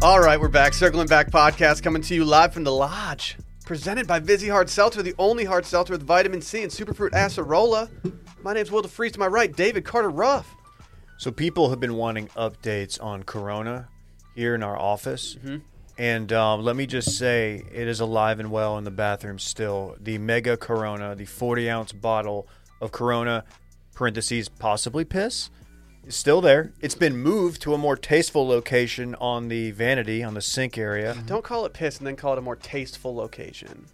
All right, we're back. Circling Back podcast coming to you live from the lodge. Presented by Vizzy Hard Seltzer, the only hard seltzer with vitamin C and superfruit acerola. My name's Will DeFreeze. To my right, David Carter Ruff. So people have been wanting updates on Corona here in our office, and um, let me just say it is alive and well in the bathroom still. The Mega Corona, the forty ounce bottle of Corona (parentheses possibly piss) is still there. It's been moved to a more tasteful location on the vanity on the sink area. Don't call it piss and then call it a more tasteful location.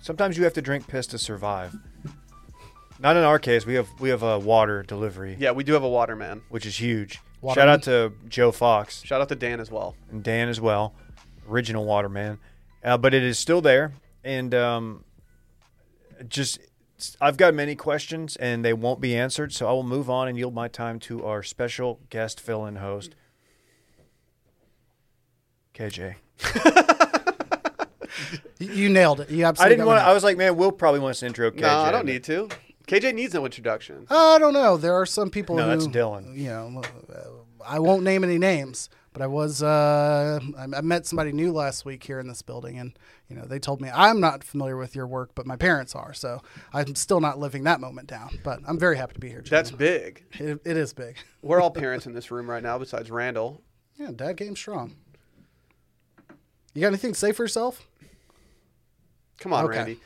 Sometimes you have to drink piss to survive. Not in our case. We have we have a water delivery, Yeah, we do have a waterman. which is huge. Water Shout me. out to Joe Fox. Shout out to Dan as well. and Dan as well, original Waterman. Uh, but it is still there, and um, just I've got many questions, and they won't be answered. So I will move on and yield my time to our special guest fill-in host, KJ. Y- You nailed it. You absolutely. I didn't got want. it. I was like, man, Will probably wants to intro KJ. No, I don't need to. KJ needs no introduction. I don't know. There are some people. No, who, that's Dylan. You know, uh, I won't name any names, but I was. Uh, I, I met somebody new last week here in this building, and you know, they told me I'm not familiar with your work, but my parents are. So I'm still not living that moment down. But I'm very happy to be here. That's gentlemen. big. it, it is big. We're all parents in this room right now, besides Randall. Yeah, dad game strong. You got anything to say for yourself? Come on, Okay. Randy.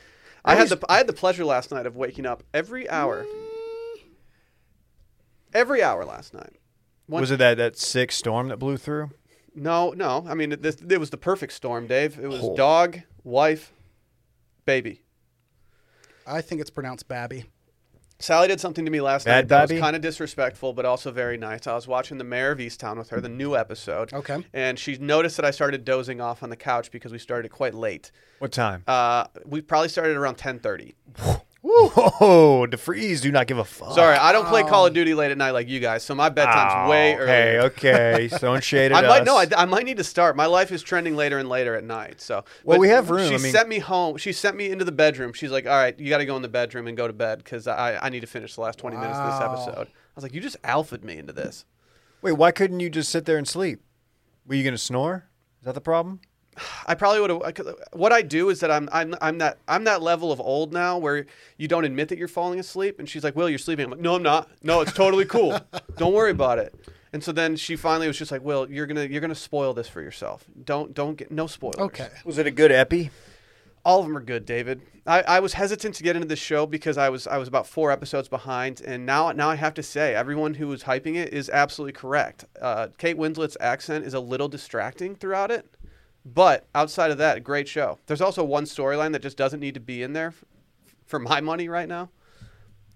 I had the I had the pleasure last night of waking up every hour. Every hour last night. One- Was it that that sick storm that blew through? No, no. I mean, this, it was the perfect storm, Dave. It was Oh. dog, wife, baby. I think it's pronounced Babby. Sally did something to me last Bad night that was baby? kind of disrespectful, but also very nice. I was watching The Mayor of Easttown with her, the new episode. Okay. And she noticed that I started dozing off on the couch because we started quite late. What time? Uh, we probably started around 10.30. Whoa, DeFreeze, do not give a fuck. Sorry, I don't play Call of Duty late at night like you guys, so my bedtime's Oh, way okay, earlier. okay. So shaded I might no, I, us. I might need to start. My life is trending later and later at night. So Well, But we have room, She I mean- sent me home. She sent me into the bedroom. She's like, "All right, you got to go in the bedroom and go to bed because I I need to finish the last twenty minutes of this Wow. episode." I was like, "You just alphaed me into this." Wait, why couldn't you just sit there and sleep? Were you gonna snore? Is that the problem? I probably would have. What I do is that I'm I'm I'm that I'm that level of old now where you don't admit that you're falling asleep, and she's like, "Will, you're sleeping." I'm like, "No, I'm not. No, it's totally cool. don't worry about it." And so then she finally was just like, "Will, you're gonna you're gonna spoil this for yourself. Don't don't get no spoilers." Okay. Was it a good epi? All of them are good, David. I, I was hesitant to get into this show because I was I was about four episodes behind, and now now I have to say everyone who was hyping it is absolutely correct. Uh, Kate Winslet's accent is a little distracting throughout it, but outside of that, great show. There's also one storyline that just doesn't need to be in there, f- for my money right now.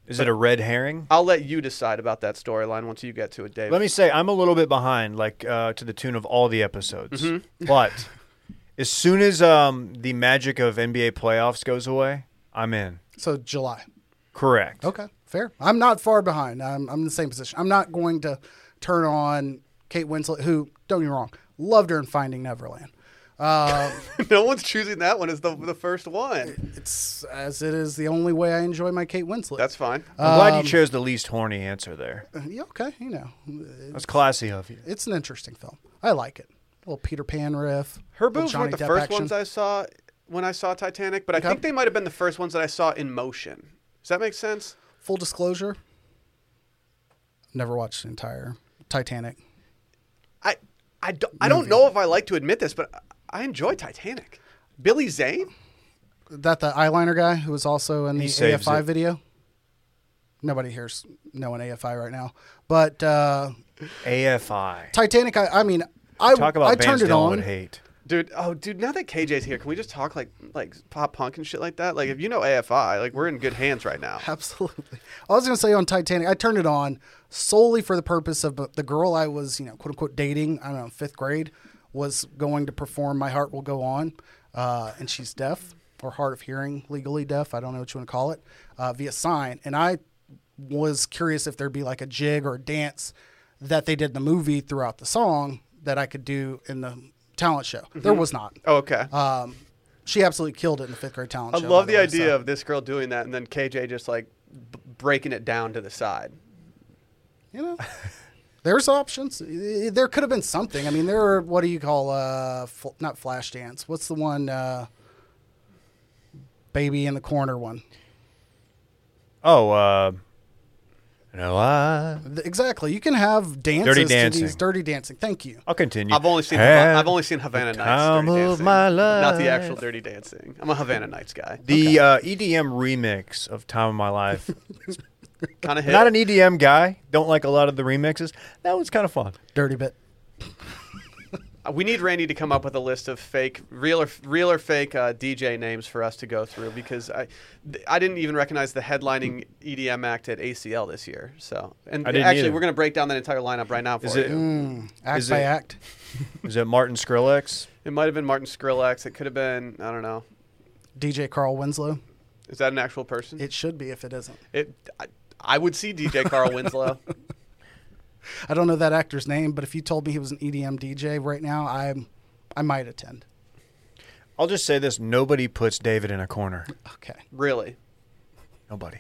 Is it a red herring? I'll let you decide about that storyline once you get to it, David. Let me say, I'm a little bit behind, like uh, to the tune of all the episodes. But as soon as um, the magic of NBA playoffs goes away, I'm in. So July. Correct. Okay, fair. I'm not far behind. I'm, I'm in the same position. I'm not going to turn on Kate Winslet, who, don't get me wrong, loved her in Finding Neverland. Uh, no one's choosing that one as the the first one. it's as it is the only way I enjoy my Kate Winslet. That's fine. I'm glad you chose the least horny answer there. yeah, okay. You know, That's classy of you. it's an interesting film. I like it. little Peter Pan riff. Her little boobs Johnny weren't the Depp first action. ones I saw when I saw Titanic, but I think they might have been the first ones that I saw in motion. Does that make sense? Full disclosure, never watched the entire Titanic. I I don't, I don't know if I like to admit this, but I enjoy Titanic. Billy Zane? That the eyeliner guy who was also in the saves AFI it. video. Nobody here's knowing AFI right now, but uh, AFI. Titanic. I, I mean, I Talk about I turned bands it Dylan on. would hate. Dude, oh dude, now that KJ's here, can we just talk like like pop punk and shit like that? Like if you know AFI, like we're in good hands right now. Absolutely. I was going to say on Titanic, I turned it on solely for the purpose of uh, the girl I was, you know, quote unquote dating. I don't know, fifth grade was going to perform "My Heart Will Go On," uh, and she's deaf or hard of hearing, legally deaf. I don't know what you want to call it uh, via sign. And I was curious if there'd be like a jig or a dance that they did in the movie throughout the song that I could do in the talent show. Mm-hmm. There was not. Oh, okay. Um, she absolutely killed it in the fifth grade talent I show. love by the way, idea so- of this girl doing that and then KJ just like b- breaking it down to the side. you know. There's options. I- I- There could have been something. I mean, there are what do you call uh fl- not flash dance? What's the one uh baby in the corner one? Oh, uh, no, I. Th- Exactly. You can have dances to these Dancing. dirty dancing. Thank you. I'll continue. I've only seen Have Hava- I've only seen Havana the Nights. Time Dirty of Dancing, my Not the actual life. Dirty Dancing. I'm a Havana Nights guy. The uh, EDM remix of "Time of My Life." kind of hit. Not an EDM guy. Don't like a lot of the remixes. That was kind of fun. Dirty bit. Uh, We need Randy to come up with a list of fake, real or real or fake uh, DJ names for us to go through because I, th- I didn't even recognize the headlining EDM act at ACL this year. So, and I didn't actually, either. we're gonna break down that entire lineup right now for Is you. it- Hmm. It, Mm, act Is by it- act. Is it Martin Skrillex? might have been Martin Skrillex. It could have been I don't know. DJ Carl Winslow. Is that an actual person? It, It should be if it isn't. I, I would see DJ Carl Winslow. I don't know that actor's name, but if you told me he was an E EDM DJ right now, I I might attend. I'll just say this: nobody puts David in a corner. Okay. Really, Nobody.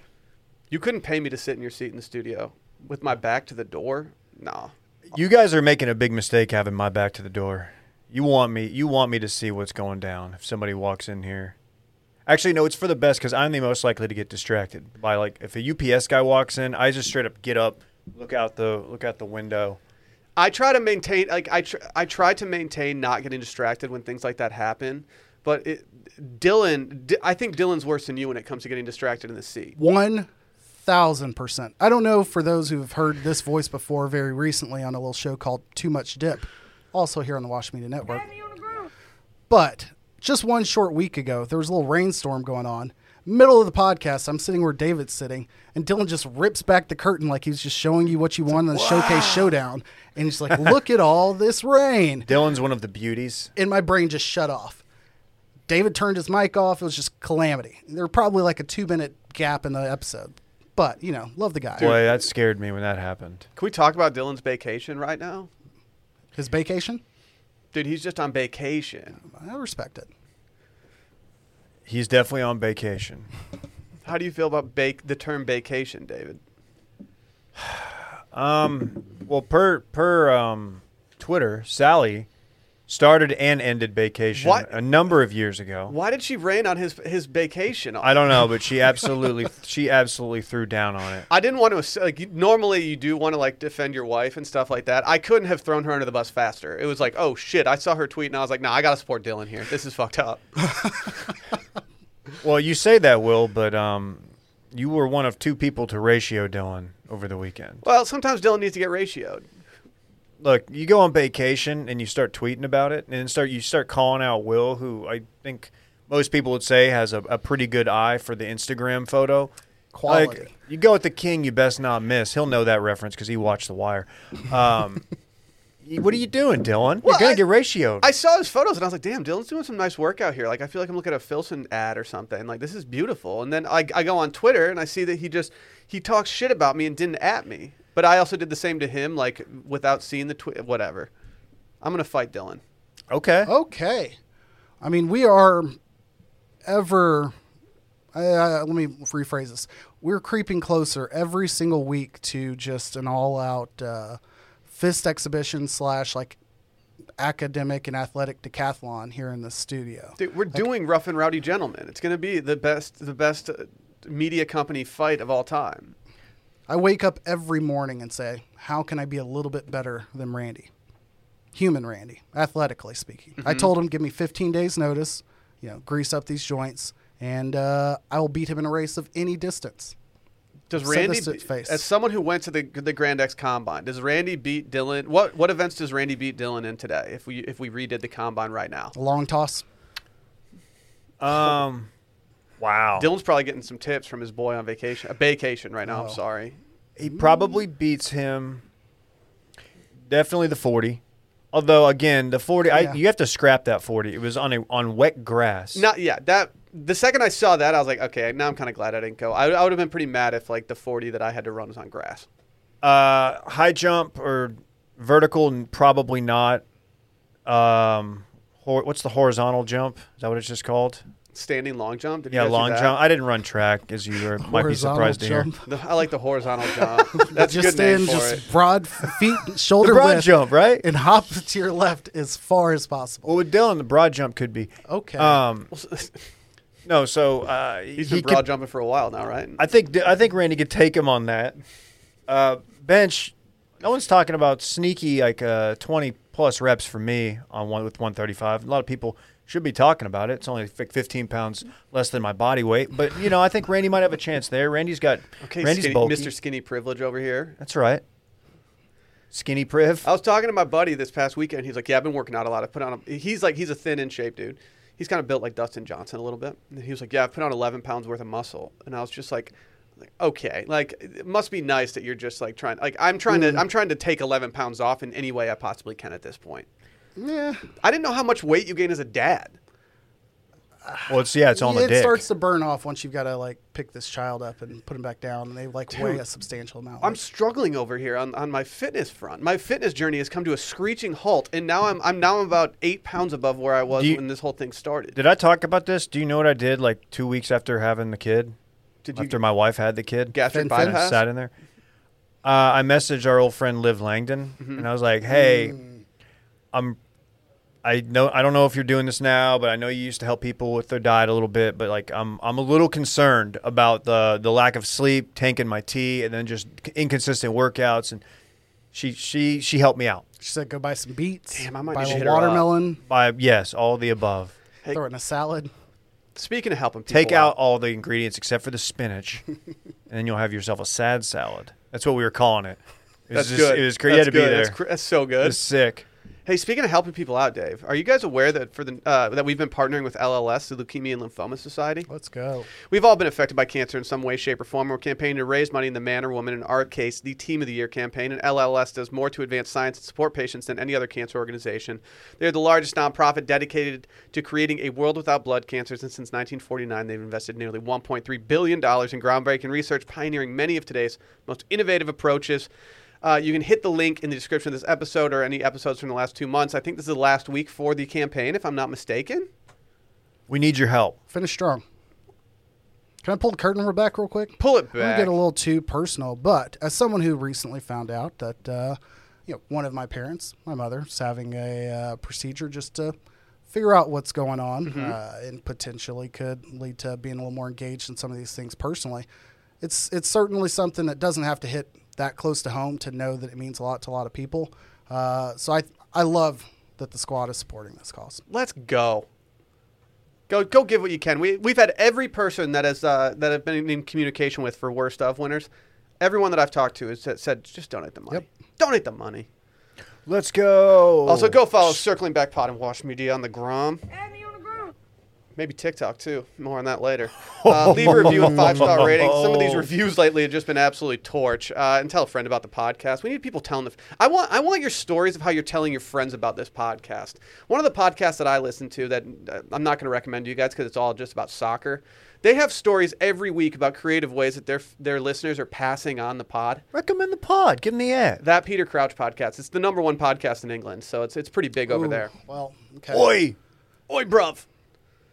you couldn't pay me to sit in your seat in the studio with my back to the door. Nah. You guys are making a big mistake having my back to the door. You want me you want me to see what's going down if somebody walks in here. Actually no, it's for the best cuz I'm the most likely to get distracted by like if a UPS guy walks in, I just straight up get up, look out the look out the window. I try to maintain like I tr- I try to maintain not getting distracted when things like that happen. But it, Dylan, D- I think Dylan's worse than you when it comes to getting distracted in the seat. One thousand percent. I don't know for those who have heard this voice before very recently on a little show called Too Much Dip, also here on the Wash Media Network. But just one short week ago, there was a little rainstorm going on. Middle of the podcast, I'm sitting where David's sitting, and Dylan just rips back the curtain like he was just showing you what you won on the showcase showdown. And he's like, Look at all this rain. Dylan's one of the beauties. and my brain just shut off. David turned his mic off. It was just calamity. There were probably like a two minute gap in the episode, but you know, love the guy. Boy, that scared me when that happened. Can we talk about Dylan's vacation right now? His vacation, Dude, he's just on vacation. I respect it. He's definitely on vacation. How do you feel about bake the term vacation, David? Um, well, per per um, Twitter, Sally started and ended vacation What? a number of years ago. Why did she rain on his his vacation? I don't know, but she absolutely she absolutely threw down on it. I didn't want to ass- like you- normally you do want to like defend your wife and stuff like that. I couldn't have thrown her under the bus faster. It was like, "Oh shit, I saw her tweet and I was like, "Nah, I got to support Dylan here. This is fucked up." Well, you say that, Will, but um, you were one of two people to ratio Dylan over the weekend. well, sometimes Dylan needs to get ratioed. Look, you go on vacation and you start tweeting about it, and then start you start calling out Will, who I think most people would say has a, a pretty good eye for the Instagram photo. Quality. Like, you go with the king, you best not miss. He'll know that reference because he watched The Wire. Um, y- what are you doing, Dylan? Well, You're gonna I- get ratioed. I saw his photos and I was like, damn, Dylan's doing some nice work out here. Like, I feel like I'm looking at a Filson ad or something. Like, this is beautiful. And then I, I go on Twitter and I see that he just, he talks shit about me and didn't at me. But I also did the same to him, like, without seeing the tweet, whatever. I'm going to fight Dylan. okay. Okay, I mean, we are ever. Uh, let me rephrase this. We're creeping closer every single week to just an all-out uh, fist exhibition slash like academic and athletic decathlon here in the studio. Dude, we're doing Rough and Rowdy Gentlemen. It's going to be the best, the best uh, media company fight of all time. I wake up every morning and say, How can I be a little bit better than Randy? Human Randy, athletically speaking. Mm-hmm. I told him, Give me 15 days' notice, you know, grease up these joints, and uh, I will beat him in a race of any distance. Does Said Randy, this to his face. as someone who went to the the Grand X Combine, does Randy beat Dylan? What what events does Randy beat Dylan in today? If we if we redid the Combine right now, A long toss. Oh. Um, wow. Dylan's probably getting some tips from his boy on vacation, a vacation right now. I'm sorry. He probably beats him. Definitely the forty. Although again, the forty, Yeah. I, you have to scrap that forty. It was on a, on wet grass. Not yeah. That the second I saw that, I was like, okay, now I'm kind of glad I didn't go. I, I would have been pretty mad if like the 40 that I had to run was on grass. Uh, high jump or vertical, n- probably not. Um, hor- what's the horizontal jump? Is that what it's just called? standing long jump? Did you Yeah, guys do long that? jump. I didn't run track, as you were, might be Horizontal surprised to hear. jump. The- I like the horizontal jump. That's just a good name stand, for just it. broad feet, The shoulder broad width, jump, right? and hop to your left as far as possible. Well, with Dylan, the broad jump could be. Okay. Um, no, so uh, He's he been could- broad jumping for a while now, right? I think I think Randy could take him on that. Uh, bench. No one's talking about sneaky like uh, twenty plus reps for me on one with one thirty five. A lot of people should be talking about it. It's only fi- fifteen pounds less than my body weight, but you know I think Randy might have a chance there. Randy's got okay, Randy's skinny, bulky. Mr. Skinny Privilege over here. That's right. Skinny Priv. I was talking to my buddy this past weekend. He's like, "Yeah, I've been working out a lot. I put on a." He's like, he's a thin in shape dude. He's kind of built like Dustin Johnson a little bit. And he was like, "Yeah, I put on 11 pounds worth of muscle." And I was just like, like, "Okay, like it must be nice that you're just like trying. Like I'm trying Mm. to, I'm trying to take 11 pounds off in any way I possibly can at this point. yeah, I didn't know how much weight you gain as a dad. Well, it's yeah, it's on the it dick. starts to burn off once you've got to like pick this child up and put him back down, and they like weigh Dude, a substantial amount. I'm struggling over here on, on my fitness front. My fitness journey has come to a screeching halt, and now I'm I'm now about eight pounds above where I was Do you- when this whole thing started. Did I talk about this? Do you know what I did like two weeks after having the kid? Did you after my wife had the kid? gastric Fin- fin- and I bypass? sat in there. Uh, I messaged our old friend Liv Langdon, Mm-hmm. and I was like, "Hey, Mm. I'm. I know I don't know if you're doing this now, but I know you used to help people with their diet a little bit. But like, I'm I'm a little concerned about the the lack of sleep, tanking my tea, and then just inconsistent workouts. And she she she helped me out she said, "Go buy some beets. Damn, I might buy need to a hit her up. watermelon. by yes, all the above. Hey. Throw it in a salad." Speaking of helping people Take out all the ingredients except for the spinach, and then you'll have yourself a sad salad. That's what we were calling it. it That's was just- good. It was crazy. You That's had to be good. there. That's, cr- that's so It good. was sick. Hey, speaking of helping people out, Dave, are you guys aware that for the uh, that we've been partnering with LLS, the Leukemia and Lymphoma Society? Let's go. We've all been affected by cancer in some way, shape, or form. We're campaigning to raise money in the man or woman, in our case, the Team of the Year campaign. And LLS does more to advance science and support patients than any other cancer organization. They're the largest nonprofit dedicated to creating a world without blood cancers. And since 1949, they've invested nearly $1.3 billion in groundbreaking research, pioneering many of today's most innovative approaches. Uh, you can hit the link in the description of this episode or any episodes from the last two months. I think this is the last week for the campaign, if I'm not mistaken. We need your help. Finish strong. Can I pull the curtain back real quick? Pull it I'm gonna back. get a little too personal, but as someone who recently found out that uh, you know one of my parents, my mother, is having a uh, procedure just to figure out what's going on, Mm-hmm. uh, and potentially could lead to being a little more engaged in some of these things personally. It's it's certainly something that doesn't have to hit that close to home to know that it means a lot to a lot of people. Uh, so I I love that the squad is supporting this cause. Let's go. Go go give what you can. We we've had every person that has uh, that I've been in communication with for worst of winners. Everyone that I've talked to has said- said just donate the money. Donate the money. Let's go. Also go follow Circling Back Pod and Wash Media on the Grom. Add me on the ground. Maybe TikTok too. More on that later. Uh, leave a review and five star rating. Some of these reviews lately have just been absolutely torch. Uh, and tell a friend about the podcast. We need people telling the. I want I want your stories of how you're telling your friends about this podcast. One of the podcasts that I listen to that uh, I'm not going to recommend to you guys because it's all just about soccer. They have stories every week about creative ways that their their listeners are passing on the pod. recommend the pod. Give them the ad. That Peter Crouch podcast. It's the number one podcast in England, so it's it's pretty big over Ooh, there. Well, okay. Oi. Oi, bruv.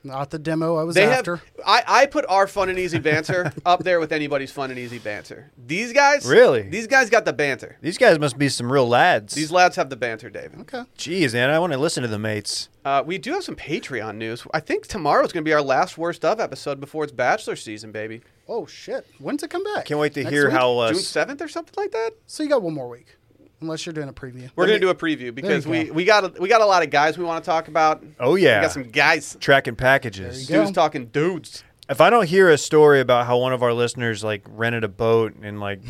Not the demo I was They after. have. I, I put our fun and easy banter up there with anybody's fun and easy banter. These guys Really? These guys got the banter. These guys must be some real lads. These lads have the banter, David. okay. Jeez, man, I want to listen to the mates. Uh, we do have some Patreon news. I think tomorrow's going to be our last worst of episode before it's bachelor season, baby. Oh shit! When's it come back? Can't wait to Next hear week? how. Uh, June s- seventh or something like that. So you got one more week, unless you're doing a preview. We're going Let to me- do a preview because There you we, we got a, we got a lot of guys we want to talk about. oh yeah, we got some guys. tracking packages. There you go. Dudes talking dudes. If I don't hear a story about how one of our listeners like rented a boat and like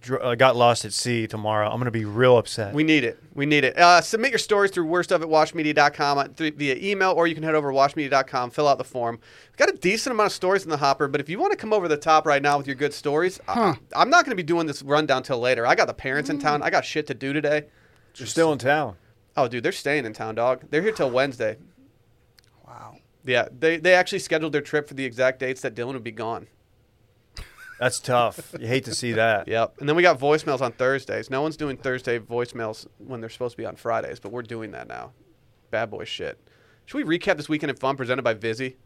dr- uh, got lost at sea tomorrow, I'm gonna be real upset. We need it. We need it. Uh, submit your stories through worstof at washmedia.com uh, through, via email, or you can head over to washmedia.com, fill out the form. We've got a decent amount of stories in the hopper, but if you want to come over the top right now with your good stories, I, am not going to be doing this rundown till later. I got the parents in town. I got shit to do today. You're still in town. Oh, dude, they're staying in town, dog. They're here till Wednesday. Wow. Yeah, they, they actually scheduled their trip for the exact dates that Dylan would be gone. That's tough. you hate to see that. Yep. And then we got voicemails on Thursdays. No one's doing Thursday voicemails when they're supposed to be on Fridays, but we're doing that now. Bad boy shit. Should we recap this weekend in fun presented by Vizzy?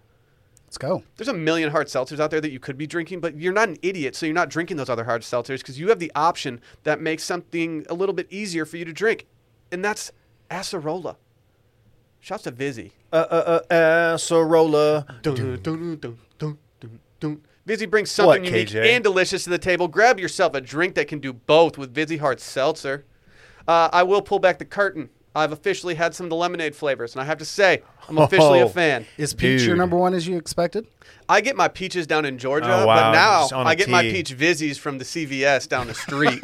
Let's go. There's a million hard seltzers out there that you could be drinking, but you're not an idiot, so you're not drinking those other hard seltzers because you have the option that makes something a little bit easier for you to drink, and that's Acerola. Shouts to Vizzy. Uh, uh, uh, Acerola. Dun, dun, dun, dun, dun, dun. Vizzy brings something What, unique KJ? and delicious to the table. Grab yourself a drink that can do both with Vizzy Hard Seltzer. Uh, I will pull back the curtain. I've officially had some of the lemonade flavors, and I have to say, I'm officially Oh. a fan. Is peach your Dude. number one as you expected? I get my peaches down in Georgia, Oh, but wow. Just now on a I get my tee. peach Vizzies from the CVS down the street.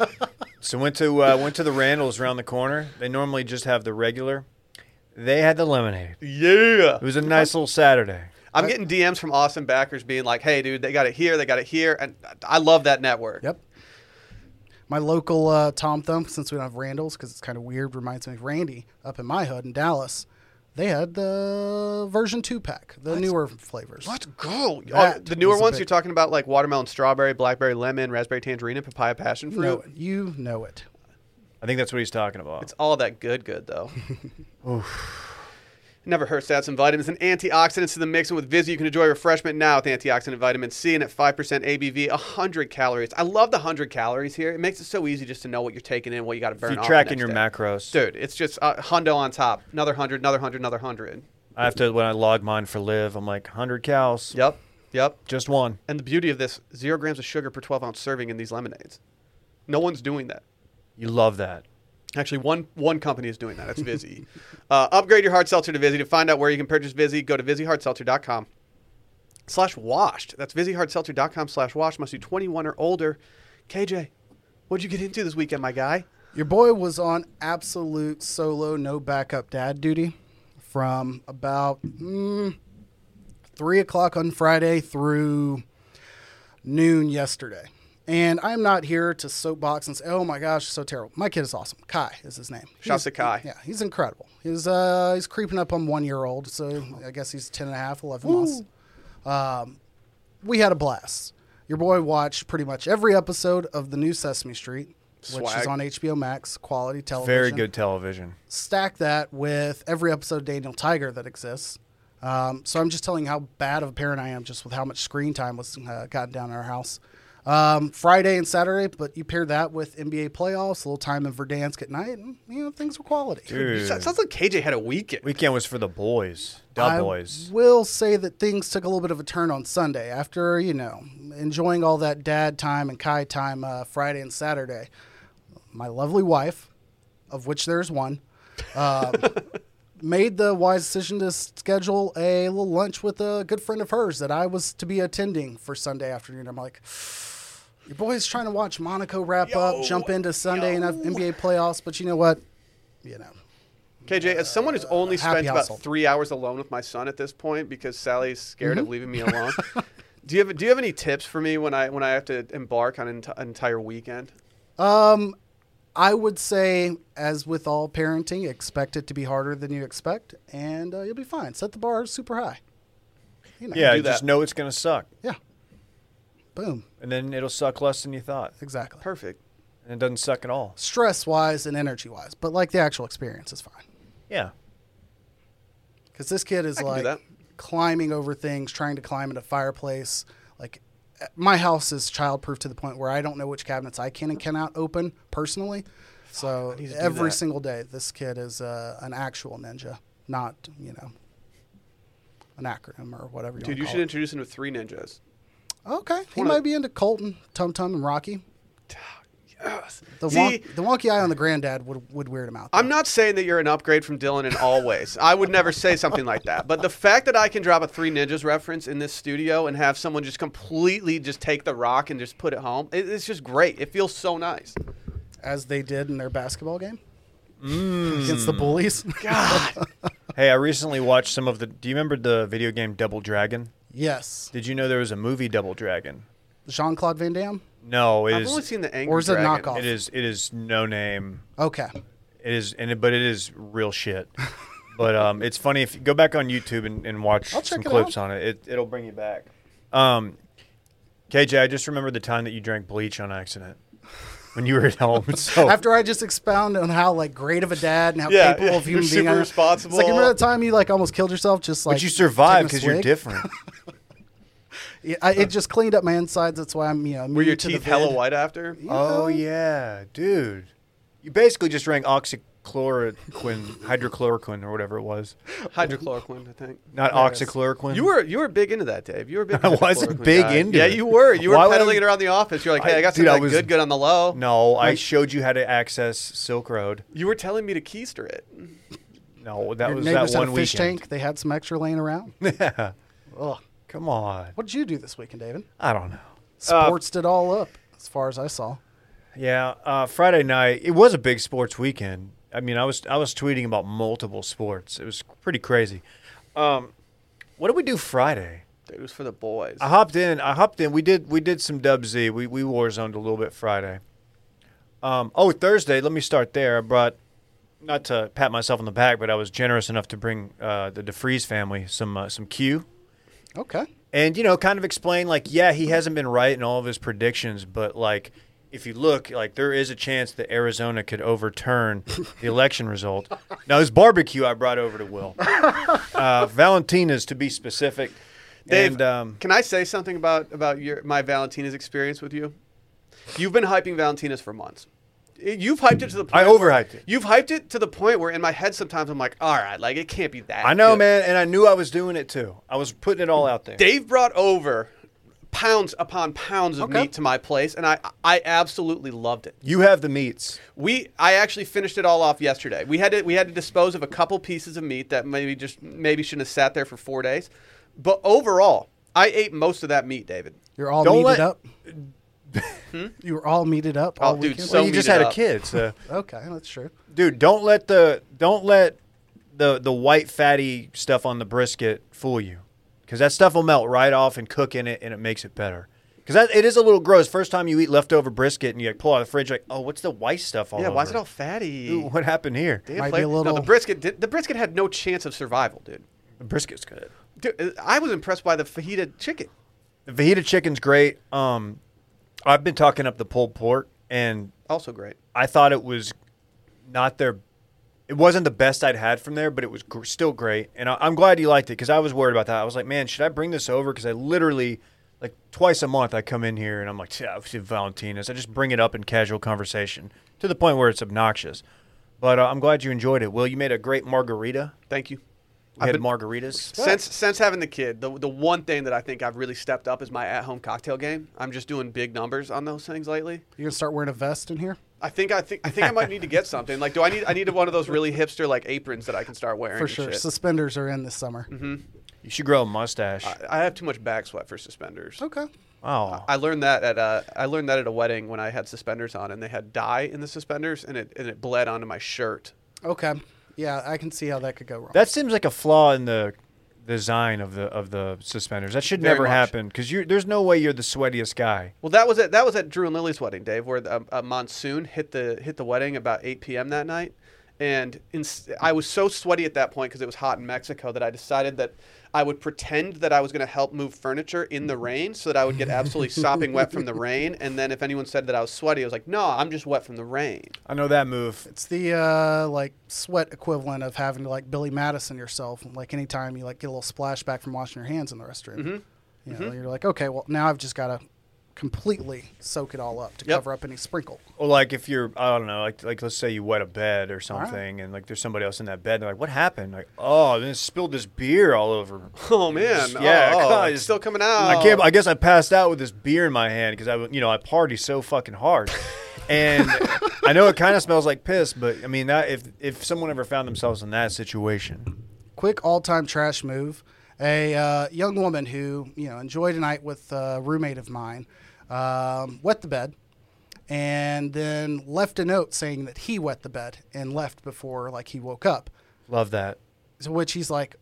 So went to uh, went to the Randalls around the corner. They normally just have the regular. They had the lemonade. yeah. It was a nice little Saturday. I'm getting DMs from awesome backers being like, hey, dude, they got it here, they got it here. And I love that network. Yep. My local uh, Tom Thumb, since we don't have Randall's because it's kind of weird, reminds me of Randy up in my hood in Dallas. They had the version two pack, the newer flavors. Let's go. Oh, That the newer was a ones big- you're talking about, like watermelon, strawberry, blackberry, lemon, raspberry, tangerine, and papaya passion You fruit. know it. You know it. I think that's what he's talking about. It's all that good, good though. Never hurts to add some vitamins and antioxidants to the mix. And with Vizzy, you can enjoy refreshment now with antioxidant vitamin C and at 5% ABV, 100 calories. I love the 100 calories here. It makes it so easy just to know what you're taking in, what you got to burn if you're off the next tracking your day. macros, Dude, it's just uh, hundo on top. Another 100, another 100, another 100. I have to when I log mine for live. I'm like 100 cows, Yep, yep. just one. And the beauty of this, zero grams of sugar per 12 ounce serving in these lemonades. No one's doing that. You love that. Actually, one one company is doing that. That's Vizzy. uh, upgrade your hard seltzer to Vizzy. To find out where you can purchase Vizzy, go to VizzyHardSeltzer.com slash washed. That's VizzyHardSeltzer.com slash washed. Must be 21 or older. KJ, what'd you get into this weekend, my guy? Your boy was on absolute solo, no backup dad duty from about mm, three o'clock on Friday through noon yesterday. And I'm not here to soapbox and say, "Oh my gosh, so terrible." My kid is awesome. Kai is his name. Shouts He's- to Kai. Yeah, he's incredible. He's uh, he's creeping up on one year old, so I guess he's 10 and a half, 11 months Um, we had a blast. Your boy watched pretty much every episode of the new Sesame Street, which Swag. is on HBO Max, quality television. Very good television. Stack that with every episode of Daniel Tiger that exists. Um, so I'm just telling you how bad of a parent I am, just with how much screen time was uh, gotten down in our house. Um, Friday and Saturday, but you pair that with NBA playoffs, a little time in Verdansk at night, and you know things were quality. It Dude, sounds like KJ had a weekend. weekend was for the boys, dub boys. I will say that things took a little bit of a turn on Sunday after, you know, enjoying all that dad time and Kai time uh, Friday and Saturday. My lovely wife, of which there's one, um, made the wise decision to schedule a little lunch with a good friend of hers that I was to be attending for Sunday afternoon. I'm like, your boy's trying to watch Monaco wrap Yo, up, jump into Sunday and have yo. NBA playoffs, but you know what? You know, KJ, as someone who's only happy spent about household. three hours alone with my son at this point because Sally's scared Mm-hmm. of leaving me alone, do you have do you have any tips for me when I when I have to embark on an, enti- an entire weekend? I would say, as with all parenting, expect it to be harder than you expect, and uh, you'll be fine. Set the bar super high. You know, Yeah, do just that. know it's gonna suck, Yeah. Boom. and then it'll suck less than you thought, Exactly. Perfect. and it doesn't suck at all. Stress wise and energy wise, but like the actual experience is fine. Yeah, Because this kid is I can do that. like climbing over things, trying to climb into fireplace. Like uh, my house is childproof to the point where I don't know which cabinets I can and cannot open personally. So need to do every that. single day, this kid is uh, an actual ninja, not you know an acronym or whatever. You Dude, wanna you call should it. introduce him to three ninjas. Okay, he wanna- might be into Colton, Tum Tum, and Rocky. Yes. The, See, wonk, the wonky eye on the granddad would, would weird him out. I'm not saying that you're an upgrade from Dylan in all ways. I would never say something like that. But the fact that I can drop a Three Ninjas reference in this studio and have someone just completely just take the rock and just put it home, it, it's just great. It feels so nice. as they did in their basketball game against the bullies. Mmm. God. Hey, I recently watched some of the. Do you remember the video game Double Dragon? yes, Did you know there was a movie Double Dragon? Jean Claude Van Damme. No, it I've is- only seen the Angry Or is it Dragon. knockoff? It is. It is no name. Okay. It is, and it, but it is real shit. but um, it's funny if you go back on YouTube and, and watch I'll some check it clips out. on it. It it'll bring you back. Um, KJ, I just remembered the time that you drank bleach on accident when you were at home. So After I just expound on how like great of a dad and how Oh. Yeah, capable yeah, of you're human being super I am. responsible. It's like you remember the time you like almost killed yourself just like but you survived taking a because you're swig? different. It, I, it just cleaned up my insides. That's why I'm, you know, Were your immune to the teeth hella vid. white after? Oh yeah, dude. You basically just drank oxychloroquine, hydrochloroquine, or whatever it was. Hydrochloroquine, I think. Not oxychloroquine. You were you were big into that, Dave. You were a big. I wasn't hydrochloroquine big guy. into Yeah, it. you were. You were Why would I- peddling it around the office. You're like, hey, I, I- got dude, something I like was- good, good on the low. No, I showed you how to access Silk Road. You were telling me to keister it. No, that Your was that neighbors had one a fish weekend. tank. They had some extra laying around. Yeah. Ugh. Come on. What did you do this weekend, David? I don't know. Uh, Sports it all up, as far as I saw. Yeah, uh, Friday night it was a big sports weekend. I mean, I was I was tweeting about multiple sports. It was pretty crazy. Um, what did we do Friday? Dude, it was for the boys. I hopped in. I hopped in. We did we did some Dub Z. We we warzoned a little bit Friday. Um, oh Thursday. Let me start there. I brought not to pat myself on the back, but I was generous enough to bring uh, the DeFries family some uh, some Q Okay. and you know kind of explain like yeah he hasn't been right in all of his predictions but like if you look like there is a chance that arizona could overturn the election result now this barbecue i brought over to will uh, valentina's to be specific Dave, and um, can I say something about about your my Valentina's experience with you? You've been hyping Valentina's for months. You've hyped it to the point. i overhyped it You've hyped it to the point where in my head sometimes I'm like, all right, like it can't be that. i know good." man and i knew i was doing it too i was putting it all out there Dave brought over pounds upon pounds of Okay. meat to my place, and I I absolutely loved it. you have the meats We I actually finished it all off yesterday. We had to we had to dispose of a couple pieces of meat that maybe just maybe shouldn't have sat there for four days, but overall, I ate most of that meat, David. You're all Don't meated let- up. you were all meated up Hmm? Oh, all dude, weekend. so- well, you just meat it had up. a kid so okay, that's true. dude don't let the don't let the the white fatty stuff on the brisket fool you because that stuff will melt right off and cook in it and it makes it better because it is a little gross first time you eat leftover brisket and you like, pull out of the fridge like oh what's the white stuff all yeah, why is it over all fatty? Ooh, what happened here They had Might be played- a No, little- the brisket. Did, the brisket had no chance of survival, dude. the brisket's good Dude, uh, I was impressed by the fajita chicken. the fajita chicken's great um i've been talking up the pulled pork and Also great. i thought it was not their it wasn't the best I'd had from there, but it was gr- still great. And I- I'm glad you liked it because I was worried about that. I was like, man, should I bring this over? Because I literally, like, twice a month I come in here and I'm like, yeah, I've seen Valentina's. I just bring it up in casual conversation to the point where it's obnoxious. But uh, I'm glad you enjoyed it. Will, you made a great margarita. Thank you. We had margaritas. Since since having the kid, the the one thing that I think I've really stepped up is my at home cocktail game. I'm just doing big numbers on those things lately. You're gonna start wearing a vest in here I think I think I think I might need to get something. Like, do I need I need one of those really hipster like aprons that I can start wearing? for and sure. shit. Mm-hmm. Suspenders are in this summer. you should grow a mustache. I, I have too much back sweat for suspenders. Okay. oh, I learned that at a, I learned that at a wedding when I had suspenders on and they had dye in the suspenders and it and it bled onto my shirt. Okay. Yeah, I can see how that could go wrong. that seems like a flaw in the design of the of the suspenders. That should Very never much. happen because you there's no way you're the sweatiest guy. Well, that was at that was at Drew and Lily's wedding, Dave, where the, um, a monsoon hit the hit the wedding about 8 p.m. that night, and in, I was so sweaty at that point because it was hot in Mexico that I decided that I would pretend that I was going to help move furniture in the rain so that I would get absolutely sopping wet from the rain, and then if anyone said that I was sweaty, I was like, no, I'm just wet from the rain. I know that move. It's the uh, like sweat equivalent of having to like Billy Madison yourself. Like anytime you like get a little splash back from washing your hands in the restroom, you know, you're like, okay, well now I've just got to completely soak it all up to Yep. cover up any sprinkle. Or like if you're, I don't know, like like let's say you wet a bed or something, and like there's somebody else in that bed. And they're like, "What happened?" Like, "Oh, then it spilled this beer all over." me." Oh man, Just- yeah, Oh, oh, God, it's it's- still coming out. I can't. I guess I passed out with this beer in my hand because I, you know, I party so fucking hard, and I know it kind of smells like piss. But I mean, that if if someone ever found themselves in that situation, quick all-time trash move. A uh, young woman who you know enjoyed a night with a roommate of mine um, wet the bed, and then left a note saying that he wet the bed and left before like he woke up. love that. To which he's like,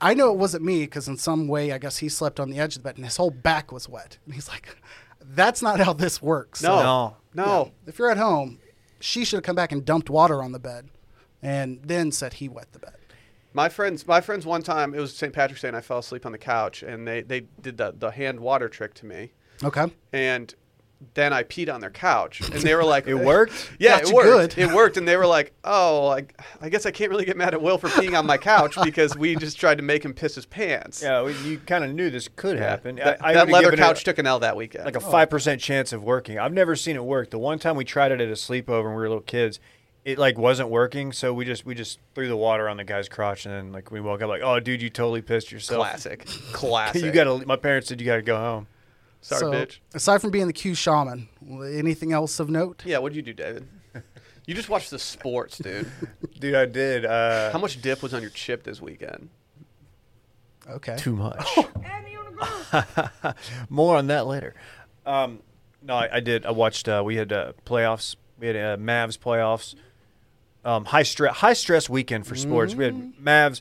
"I know it wasn't me because in some way I guess he slept on the edge of the bed and his whole back was wet." And he's like, "That's not how this works." No, no, No. if you're at home, she should have come back and dumped water on the bed, and then said he wet the bed. My friends, my friends, one time it was St. Patrick's Day, and I fell asleep on the couch, and they they did the the hand water trick to me, Okay. and then I peed on their couch, and they were like, It worked? Yeah, Got it you worked. good. It worked, and they were like, "Oh, I, I guess I can't really get mad at Will for peeing on my couch because we just tried to make him piss his pants." Yeah, well, you kind of knew this could happen. That, I, I that would've leather given it couch Oh. took an L that weekend. like a Oh. five percent chance of working. I've never seen it work. The one time we tried it at a sleepover when we were little kids, it like wasn't working. So we just we just threw the water on the guy's crotch, and then like we woke up like, oh dude, you totally pissed yourself. classic, classic. You gotta. My parents said you gotta go home. sorry, so, bitch. Aside from being the Q shaman, anything else of note? Yeah, what'd you do, David? You just watched the sports, dude. Dude, I did. Uh, How much dip was on your chip this weekend? Okay. Too much. More on that later. Um, no, I, I did. I watched. Uh, we had uh, playoffs. We had uh, Mavs playoffs. Um, high stress. High stress weekend for sports. We had Mavs.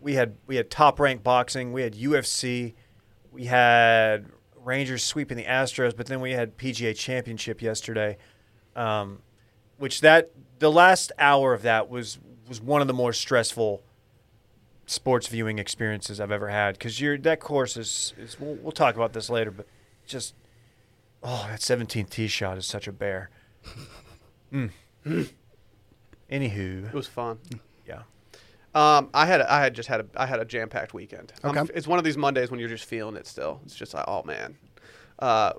We had we had top ranked boxing. We had UFC. We had Rangers sweeping the Astros, but then we had PGA Championship yesterday, um, which that the last hour of that was was one of the more stressful sports viewing experiences I've ever had because you're that course is, is we'll, we'll talk about this later, but just oh that 17th tee shot is such a bear. Mm. It Anywho, was fun. yeah, Um, I had I had just had a I had a jam packed weekend. Um, Okay. it's one of these Mondays when you're just feeling it still. It's just like, oh man. Uh,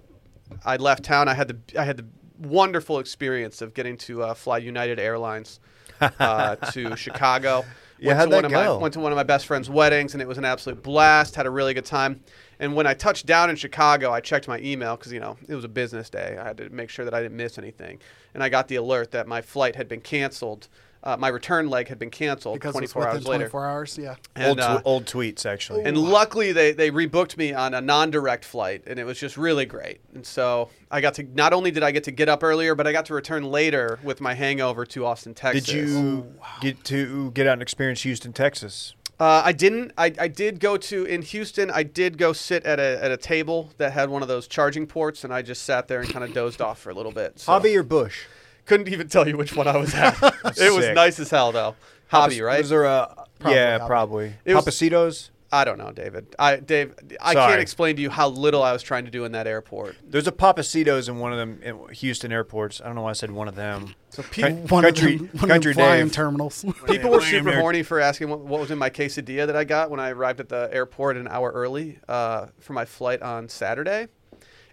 I left town. I had the I had the wonderful experience of getting to uh, fly United Airlines uh, to Chicago. Yeah, went how'd to one that of go? my went to one of my best friend's weddings and it was an absolute blast. Had a really good time. And when I touched down in Chicago, I checked my email because you know it was a business day. I had to make sure that I didn't miss anything. And I got the alert that my flight had been canceled. Uh, my return leg had been canceled Because it's 24 within hours later. 24 hours, yeah. And, old, uh, tw- old tweets actually. and luckily, they, they rebooked me on a non direct flight, and it was just really great. And so I got to not only did I get to get up earlier, but I got to return later with my hangover to Austin, Texas. Did you get to get out and experience Houston, Texas? Uh, I didn't. I, I did go to in Houston. I did go sit at a at a table that had one of those charging ports, and I just sat there and kind of dozed off for a little bit. So. Hobby or Bush? couldn't even tell you which one I was at. it was Sick. nice as hell though. Hobby, right? Was there a uh, Probably yeah, Hobby. probably It was- Papacitos? I don't know, David. I Dave, I can't Sorry. explain to you how little I was trying to do in that airport. There's a Papacitos in one of them in Houston airports. I don't know why I said one of them. So One country, of them, one country of them flying Dave. terminals. People were Blame super your- horny for asking what, what was in my quesadilla that I got when I arrived at the airport an hour early uh, for my flight on Saturday.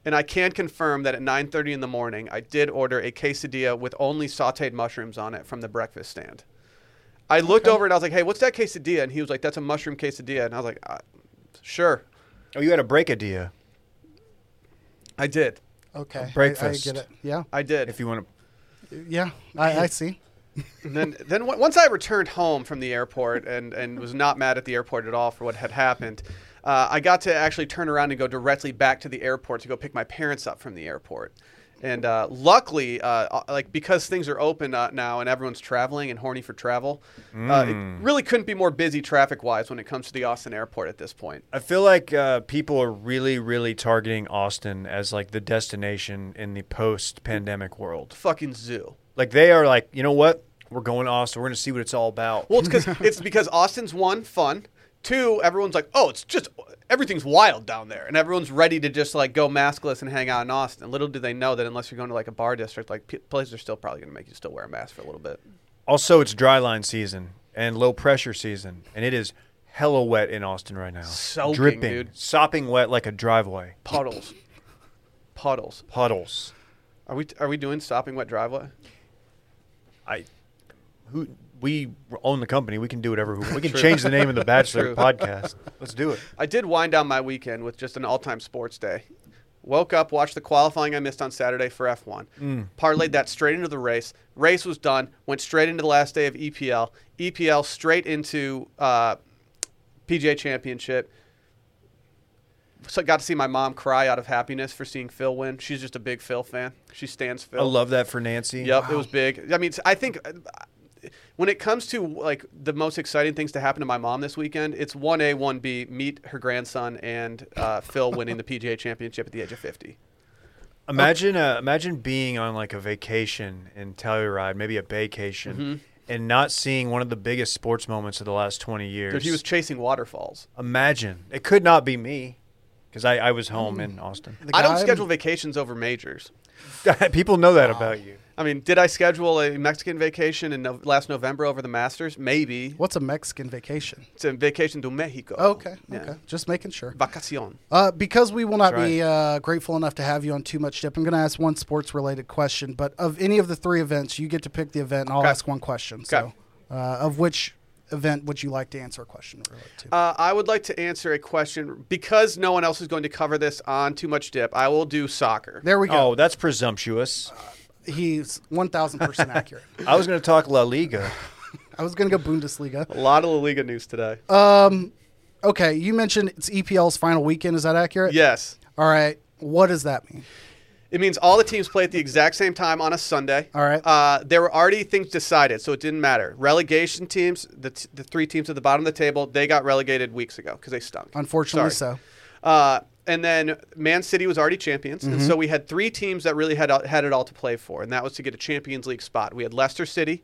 And I can confirm that at 9:30 in the morning, I did order a quesadilla with only sautéed mushrooms on it from the breakfast stand. I looked over and I was like, "Hey, what's that quesadilla?" And he was like, "That's a mushroom quesadilla." And I was like, uh, "Sure, Oh, you had a break idea. I did, Okay. I- Breakfast. I, get it. Yeah. I did." If you want to, Yeah. I, I see. And then, then w- once I returned home from the airport and, and was not mad at the airport at all for what had happened, uh, I got to actually turn around and go directly back to the airport to go pick my parents up from the airport. And uh, luckily, uh, uh, like because things are open uh, now and everyone's traveling and horny for travel, uh, it really couldn't be more busy traffic wise when it comes to the Austin airport at this point. I feel like uh, people are really, really targeting Austin as like the destination in the post-pandemic world. Fucking zoo. Like they are like, you know what? We're going to Austin. We're going to see what it's all about. Well, it's because it's because Austin's one fun. Two, everyone's like, oh, it's just everything's wild down there, and everyone's ready to just like go maskless and hang out in Austin. Little do they know that unless you're going to like a bar district, like p- places are still probably going to make you still wear a mask for a little bit. also, it's dry line season and low pressure season, and it is hella wet in Austin right now. Soaking, dripping, dude. sopping wet like a driveway. Puddles, puddles. Puddles. Are we are we doing stopping wet driveway? I who we own the company. We can do whatever we, we can change the name of the Bachelor True. podcast. Let's do it. I did wind down my weekend with just an all-time sports day. Woke up, watched the qualifying I missed on Saturday for F1. Parlayed that straight into the race. Race was done. Went straight into the last day of E EPL. EPL straight into uh, PGA Championship. So got to see my mom cry out of happiness for seeing Phil win. She's just a big Phil fan. She stands Phil. I love that for Nancy. Yep, it was big. I mean, I think uh, when it comes to like the most exciting things to happen to my mom this weekend, it's one A, one B, meet her grandson and uh, Phil winning the PGA Championship at the age of fifty. Imagine, uh, imagine being on like a vacation in Telluride, maybe a vacation, Mm-hmm. and not seeing one of the biggest sports moments of the last twenty years. Dude, he was chasing waterfalls. imagine Mm. it could not be me, because I, I was home in Austin. The I don't guy- schedule vacations over majors. People know that about you. I mean, did I schedule a Mexican vacation in no- last November over the Masters? Maybe. What's a Mexican vacation? It's a vacation to Mexico. Oh, Okay, Yeah. okay. Just making sure. Vacacion. Uh, because we will not That's be uh, grateful enough to have you on too much dip, I'm going to ask one sports related question. But of any of the three events, you get to pick the event, and I'll Okay. ask one question. So, Okay. uh, of which event would you like to answer a question related to? Uh, I would like to answer a question because no one else is going to cover this on Too Much Dip. I will do soccer. there we go. Oh, that's presumptuous. oh. He's 1,000% accurate. I was going to talk La Liga. I was going to go Bundesliga. A lot of La Liga news today. Uh, Okay, you mentioned it's EPL's final weekend. Is that accurate? yes. All right. What does that mean? It means all the teams play at the exact same time on a Sunday. All right. Uh, there were already things decided, so it didn't matter. Relegation teams, the, t- the three teams at the bottom of the table, they got relegated weeks ago because they stunk. Unfortunately, so. Uh, and then Man City was already champions, and Mm-hmm. so we had three teams that really had had it all to play for, and that was to get a Champions League spot. We had Leicester City,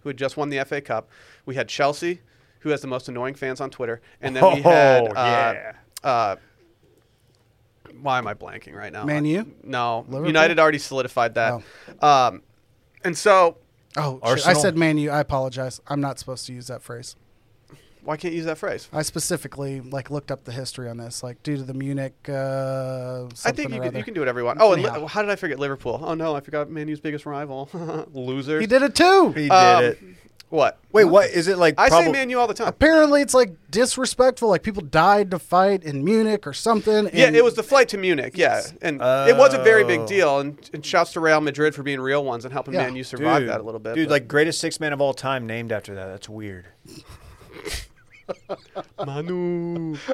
who had just won the FA Cup. We had Chelsea, who has the most annoying fans on Twitter, and then we had Oh, uh, yeah. uh, why am I blanking right now? Man U? No, Liverpool? United already solidified that. Um, and so Oh, shit. I Arsenal? said Man U. I apologize. I'm not supposed to use that phrase. why can't you use that phrase? I specifically like looked up the history on this, like due to the Munich. Uh, I think something you or can, other. you can do it, everyone. Oh, and Li- Anyhow. how did I forget Liverpool? Oh no, I forgot Man U's biggest rival, losers. He did it too. He did Um, it. What? Wait, what is it like? I say proba- Man U all the time. Apparently, it's like disrespectful. Like people died to fight in Munich or something. Yeah, and- it was the flight to Munich. Yeah, and it was a very big Oh. deal. And, and shouts to Real Madrid for being real ones and helping Yeah. Man U survive that a little bit. Dude, but- like greatest six man of all time named after that. That's weird. Manu.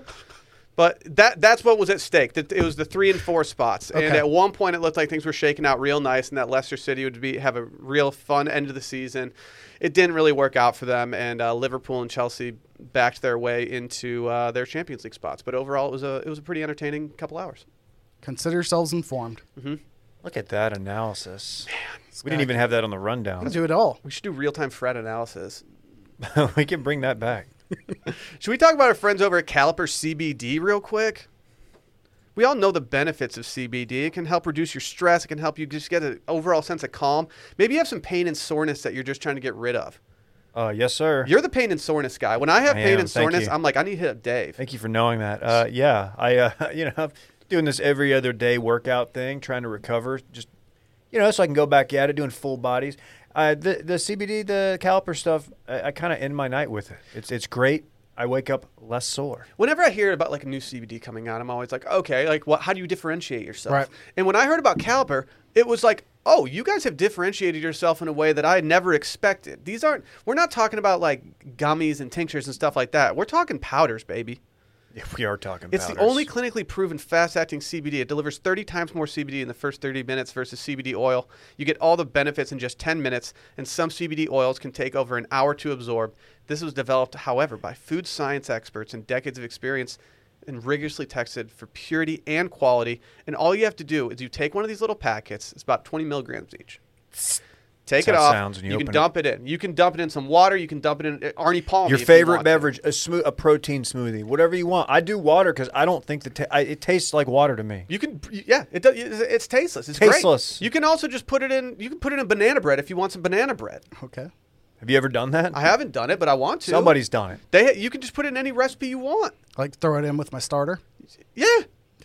But that that's what was at stake. That it was the three and four spots, and Okay. at one point it looked like things were shaking out real nice, and that Leicester City would be have a real fun end of the season. It didn't really work out for them, and uh, Liverpool and Chelsea backed their way into uh, their Champions League spots. But overall, it was a it was a pretty entertaining couple hours. Consider yourselves informed. Look at that analysis. we didn't even have that on the Mm-hmm. rundown. Do it all. We should do real time Fred analysis. we can bring that back. Should we talk about our friends over at Caliper CBD real quick? We all know the benefits of CBD. It can help reduce your stress. It can help you just get an overall sense of calm. Maybe you have some pain and soreness that you're just trying to get rid of. Uh, yes, sir. You're the pain and soreness guy. When I have I pain am, and thank soreness, you. I'm like, I need to hit up Dave. Thank you for knowing that. Uh, yeah, I uh, you know I'm doing this every other day workout thing, trying to recover. Just you know, so I can go back at it, doing full bodies. Uh, the the CBD, the caliper stuff, I, I kind of end my night with it. It's it's great. I wake up less sore. Whenever I hear about like a new CBD coming out, I'm always like, okay, like what? How do you differentiate yourself? Right. And when I heard about Caliper, it was like, oh, you guys have differentiated yourself in a way that I never expected. These aren't. We're not talking about like gummies and tinctures and stuff like that. We're talking powders, baby. Yeah, we are talking. It's the powders. only clinically proven fast-acting CBD. It delivers 30 times more CBD in the first 30 minutes versus CBD oil. You get all the benefits in just 10 minutes, and some CBD oils can take over an hour to absorb. This was developed, however, by food science experts and decades of experience and rigorously tested for purity and quality. And all you have to do is you take one of these little packets. It's about 20 milligrams each. Take That's how it it off. sounds when you can open it. dump it. in. You can dump it in some water. You can dump it in uh, Arnie Palm. Your if you favorite want to. beverage, a smooth, a protein smoothie, whatever you want. I do water because I don't think the ta- I, it tastes like water to me. You can, yeah, it does, it's, it's tasteless. It's Tasteless. Great. You can also just put it in. You can put it in banana bread if you want some banana bread. Okay. Have you ever done that? I haven't done it, but I want to. Somebody's done it. They, you can just put it in any recipe you want. Like throw it in with my starter. Yeah.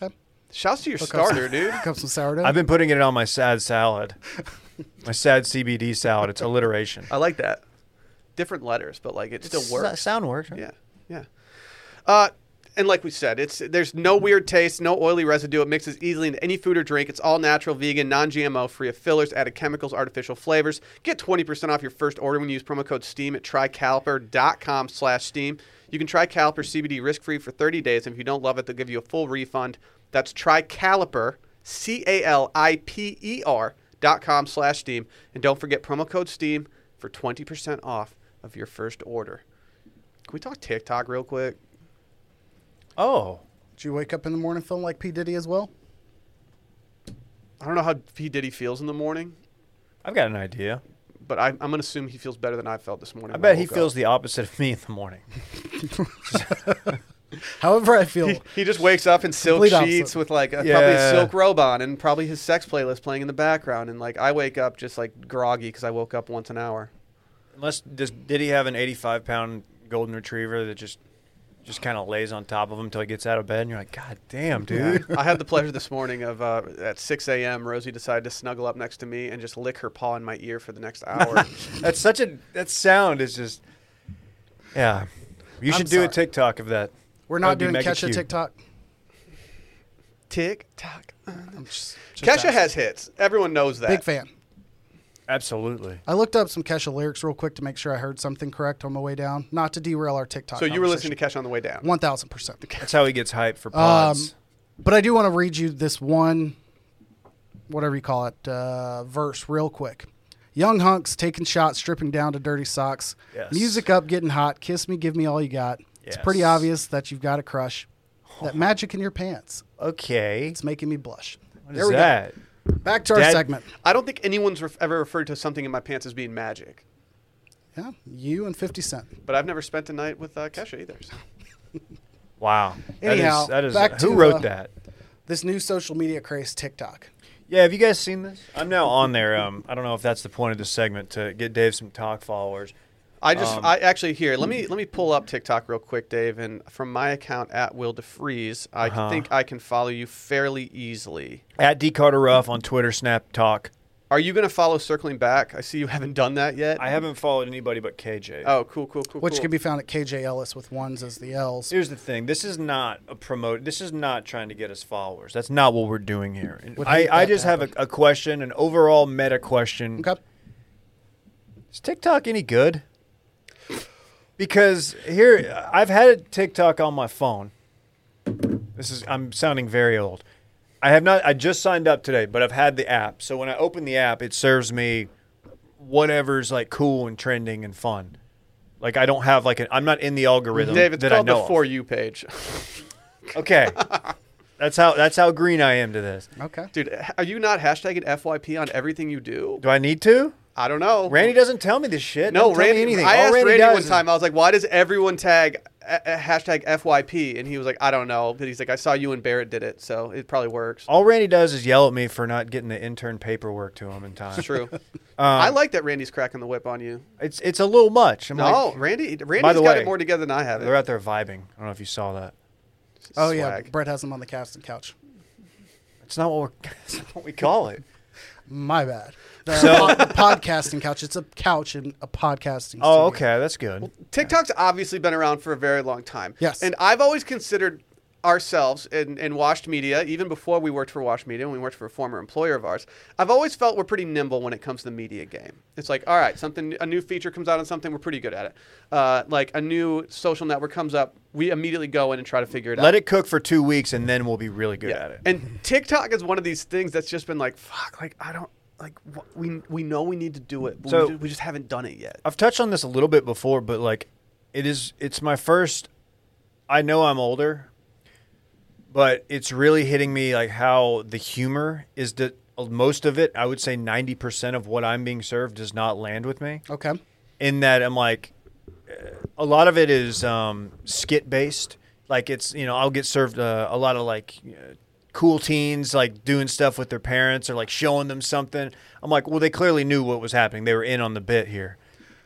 Okay. Shouts to your Cook up starter, some- dude. Cook up some sourdough. I've been putting it on my sad salad, my sad CBD salad. It's alliteration. I like that. Different letters, but like it still works. sound works. Yeah, yeah. Uh, and like we said, it's there's no weird taste, no oily residue. It mixes easily into any food or drink. It's all natural, vegan, non-GMO, free of fillers, added chemicals, artificial flavors. Get 20% off your first order when you use promo code STEAM at trycaliper.com slash STEAM. You can try Caliper CBD risk-free for 30 days, and if you don't love it, they'll give you a full refund. That's Tricaliper, C-A-L-I-P-E-R E dot com slash STEAM. And don't forget promo code STEAM for 20% off of your first order. Can we talk TikTok real quick? Oh, Did you wake up in the morning feeling like P Diddy as well? I don't know how P. Diddy feels in the morning, I've got an idea. but I, I'm going to assume he feels better than I felt this morning. I when bet he woke up. feels the opposite of me in the morning. However, I feel He, he just wakes up in silk Complete opposite. sheets with like a, probably a Yeah. silk robe on and probably his sex playlist playing in the background. And like I wake up just like groggy because I woke up once an hour. Unless does, did he have an 85 pound golden retriever that just just kind of lays on top of him until he gets out of bed, and you're like, God damn, dude. I had the pleasure this morning of uh, at 6 a.m. Rosie decided to snuggle up next to me and just lick her paw in my ear for the next hour. That's such a that sound is just yeah. You I'm should do a sorry. TikTok of that. we're That'd not be doing mega catch a cute. TikTok. Tick tock. I'm just, just Kesha asking. has hits. Everyone knows that. big fan. Absolutely. I looked up some Kesha lyrics real quick to make sure I heard something correct on my way down, not to derail our TikTok. So you were listening to Kesha on the way down. one thousand percent. That's how he gets hyped Um, for pods. But I do want to read you this one, whatever you call it, uh, verse real quick. Young hunks taking shots, stripping down to dirty socks. Yes. Music up, getting hot. Kiss me, give me all you got. It's pretty Yes. obvious that you've got a crush. That magic in your pants. okay. It's making me blush. What there is we that? go. Back to our Dad- segment. I don't think anyone's ref- ever referred to something in my pants as being magic, Yeah, you and 50 Cent. but I've never spent a night with uh, Kesha either. so. Wow. That is- Anyhow, that is, back who to, wrote uh, that? This new social media craze, TikTok. Yeah, have you guys seen this? I'm now on there. Um, I don't know if that's the point of this segment to get Dave some talk followers. I just, Um, I actually here. Let me let me pull up TikTok real quick, Dave. And from my account at Will DeFreeze, I Uh-huh. think I can follow you fairly easily. At D Carter Ruff on Twitter, Snap Talk. Are you going to follow Circling Back? I see you haven't done that yet. I haven't followed anybody but KJ. oh, cool, cool, cool. Which cool. can be found at KJ Ellis with ones as the L's. Here's the thing. This is not a promote. This is not trying to get us followers. That's not what we're doing here. And Would I, hate I that to just have a, a question, an overall meta question. Okay. Is TikTok any good? Because here, I've had a TikTok on my phone. This is I'm sounding very old. I have not. I just signed up today, but I've had the app. So when I open the app, it serves me whatever's like cool and trending and fun. Like I don't have like an, I'm not in the algorithm Dave, it's that I called know the of. For You page. Okay. that's how that's how green I am to this. Okay. Dude, h- are you not hashtagging FYP on everything you do? Do I need to? I don't know. Randy doesn't tell me this shit. No, Doesn't tell me Randy. anything. I All asked Randy Randy, does one is- time. I was like, "Why does everyone tag uh, uh, hashtag FYP?" And he was like, "I don't know." But he's like, "I saw you and Barrett did it, so it probably works." All Randy does is yell at me for not getting the intern paperwork to him in time. It's true. I like that Randy's cracking the whip on you. It's it's a little much. I'm No, like, Randy. Randy's the got way, it more together than I have. they're It. out there vibing. I don't know if you saw that. Oh, yeah. Swag. Brett has them on the casting couch. It's not what we're that's not what we call it. My bad. The, So- the podcasting couch. It's a couch and a podcasting. Oh, studio. okay, that's good. TikTok's obviously been around for a very long time. Yes. And I've always considered ourselves in, in Washed Media, even before we worked for Washed Media, when we worked for a former employer of ours, I've always felt we're pretty nimble when it comes to the media game. It's like, all right, something a new feature comes out on something, we're pretty good at it. Uh, like a new social network comes up, we immediately go in and try to figure it out. Let it cook for two weeks and then we'll be really good at it. And TikTok is one of these things that's just been like, fuck, like I don't like wh- we we know we need to do it, but So- we, just, we just haven't done it yet. I've touched on this a little bit before, but like it is it's my first I know I'm older, but it's really hitting me like how the humor is that most of it, I would say 90% of what I'm being served does not land with me. Okay. in that I'm like, uh, a lot of it is um, skit based. Like it's you know I'll get served uh, a lot of like uh, cool teens like doing stuff with their parents or like showing them something. I'm like, well, they clearly knew what was happening. They were in on the bit here,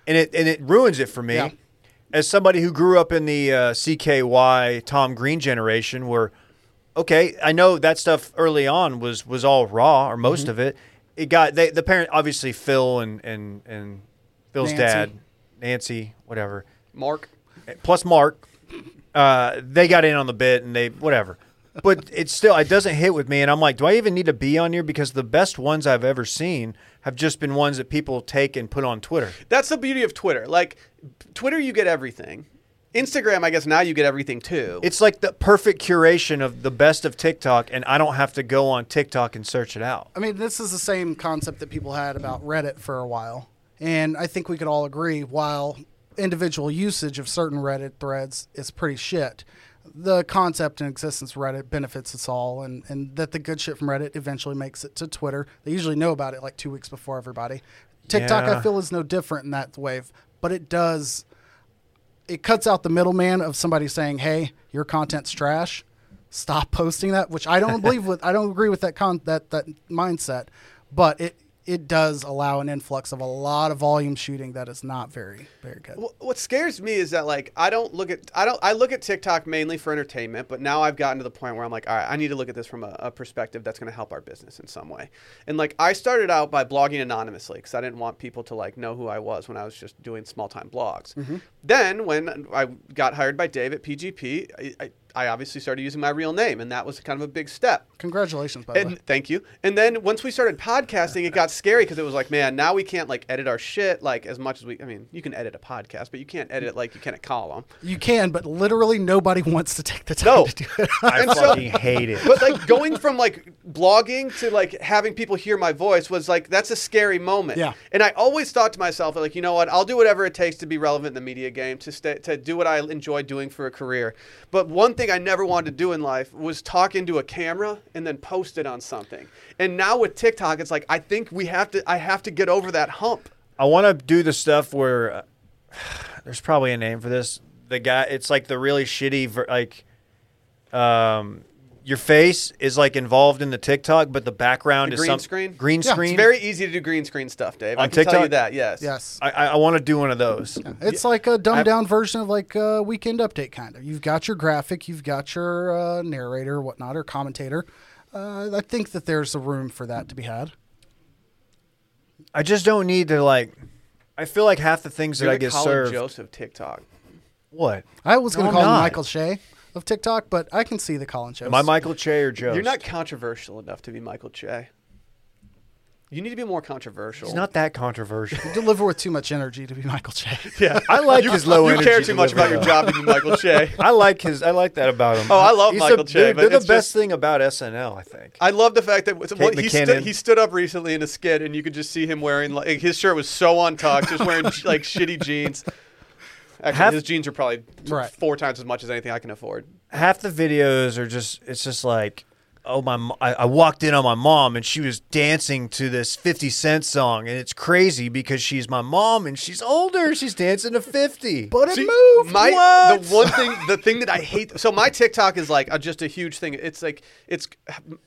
and it and it ruins it for me. Yeah. As somebody who grew up in the uh, CKY Tom Green generation, where okay, I know that stuff early on was was all raw or most of it. It got they, the parent obviously Phil and and and Phil's Nancy. dad, Nancy, whatever, Mark, plus Mark. Uh, they got in on the bit and they whatever, but it's still it doesn't hit with me, and I'm like, do I even need to be on here? Because the best ones I've ever seen have just been ones that people take and put on Twitter. that's the beauty of Twitter. Like Twitter, you get everything. Instagram, I guess now you get everything too. It's like the perfect curation of the best of TikTok, and I don't have to go on TikTok and search it out. I mean, this is the same concept that people had about Reddit for a while, and I think we could all agree while individual usage of certain Reddit threads is pretty shit. The concept and existence of Reddit benefits us all, and, and that the good shit from Reddit eventually makes it to Twitter. They usually know about it like two weeks before everybody. TikTok, I Yeah. feel, is no different in that wave, but it does it cuts out the middleman of somebody saying, "Hey, your content's trash. Stop posting that," which I don't believe with. I don't agree with that con that that mindset, but it it does allow an influx of a lot of volume shooting that is not very very good. Wh- What scares me is that like I don't look at I don't I look at TikTok mainly for entertainment, but now I've gotten to the point where I'm like, all right, I need to look at this from a, a perspective that's going to help our business in some way. And like I started out by blogging anonymously because I didn't want people to like know who I was when I was just doing small time blogs. Then when I got hired by Dave at PGP, I, I, I obviously started using my real name, and that was kind of a big step. Congratulations, by the way. And thank you. And then once we started podcasting, it got scary because it was like, man, now we can't like edit our shit like as much as we. I mean, you can edit a podcast, but you can't edit it like you can a column. You can, but literally nobody wants to take the time No. to do it. I And so- fucking hate it. But like going from like blogging to like having people hear my voice was like that's a scary moment. Yeah. And I always thought to myself like, you know what? I'll do whatever it takes to be relevant in the media game to stay, to do what I enjoy doing for a career. But one thing I never wanted to do in life was talk into a camera and then post it on something. And now with TikTok, it's like I think we have to I have to get over that hump. I want to do the stuff where uh, there's probably a name for this. The guy, it's like the really shitty, ver- like, um, your face is like involved in the TikTok, but the background The is green some- screen? Green Yeah, it's screen. It's very easy to do green screen stuff, Dave. I On can tell you TikTok? that. Yes. Yes. I, I, I want to do one of those. It's like a dumbed down version of like a weekend update kind of. You've got your graphic, you've got your uh, narrator, or whatnot, or commentator. Uh, I think that there's a room for that to be had. I just don't need to like. I feel like half the things that You're I the get Colin served. Joseph TikTok. What? I was going No, to I'm call him not. Michael Shea of TikTok, but I can see the Colin shows. Am I Michael Che or Joe? You're not controversial enough to be Michael Che. You need to be more controversial. He's not that controversial. deliver with too much energy to be Michael Shea. Yeah, I like his low you energy. care too much about delivery, your though. job to be Michael Che. I like his. I like that about him. Oh, I love He's Michael the, Che, They're, but they're the it's best just- thing about SNL. I think. I love the fact that well, he, stood, McKinnon. he stood up recently in a skit, and you could just see him wearing like his shirt was so untucked, just wearing like shitty jeans. Actually, Half- his jeans are probably t- Right. four times as much as anything I can afford. half the videos are just it's just like oh my mo- I, I walked in on my mom and she was dancing to this 50 cent song and it's crazy because she's my mom and she's older she's dancing to 50 But it See, moved. My What? the one thing, the thing that I hate. So my TikTok is like a, just a huge thing. It's like it's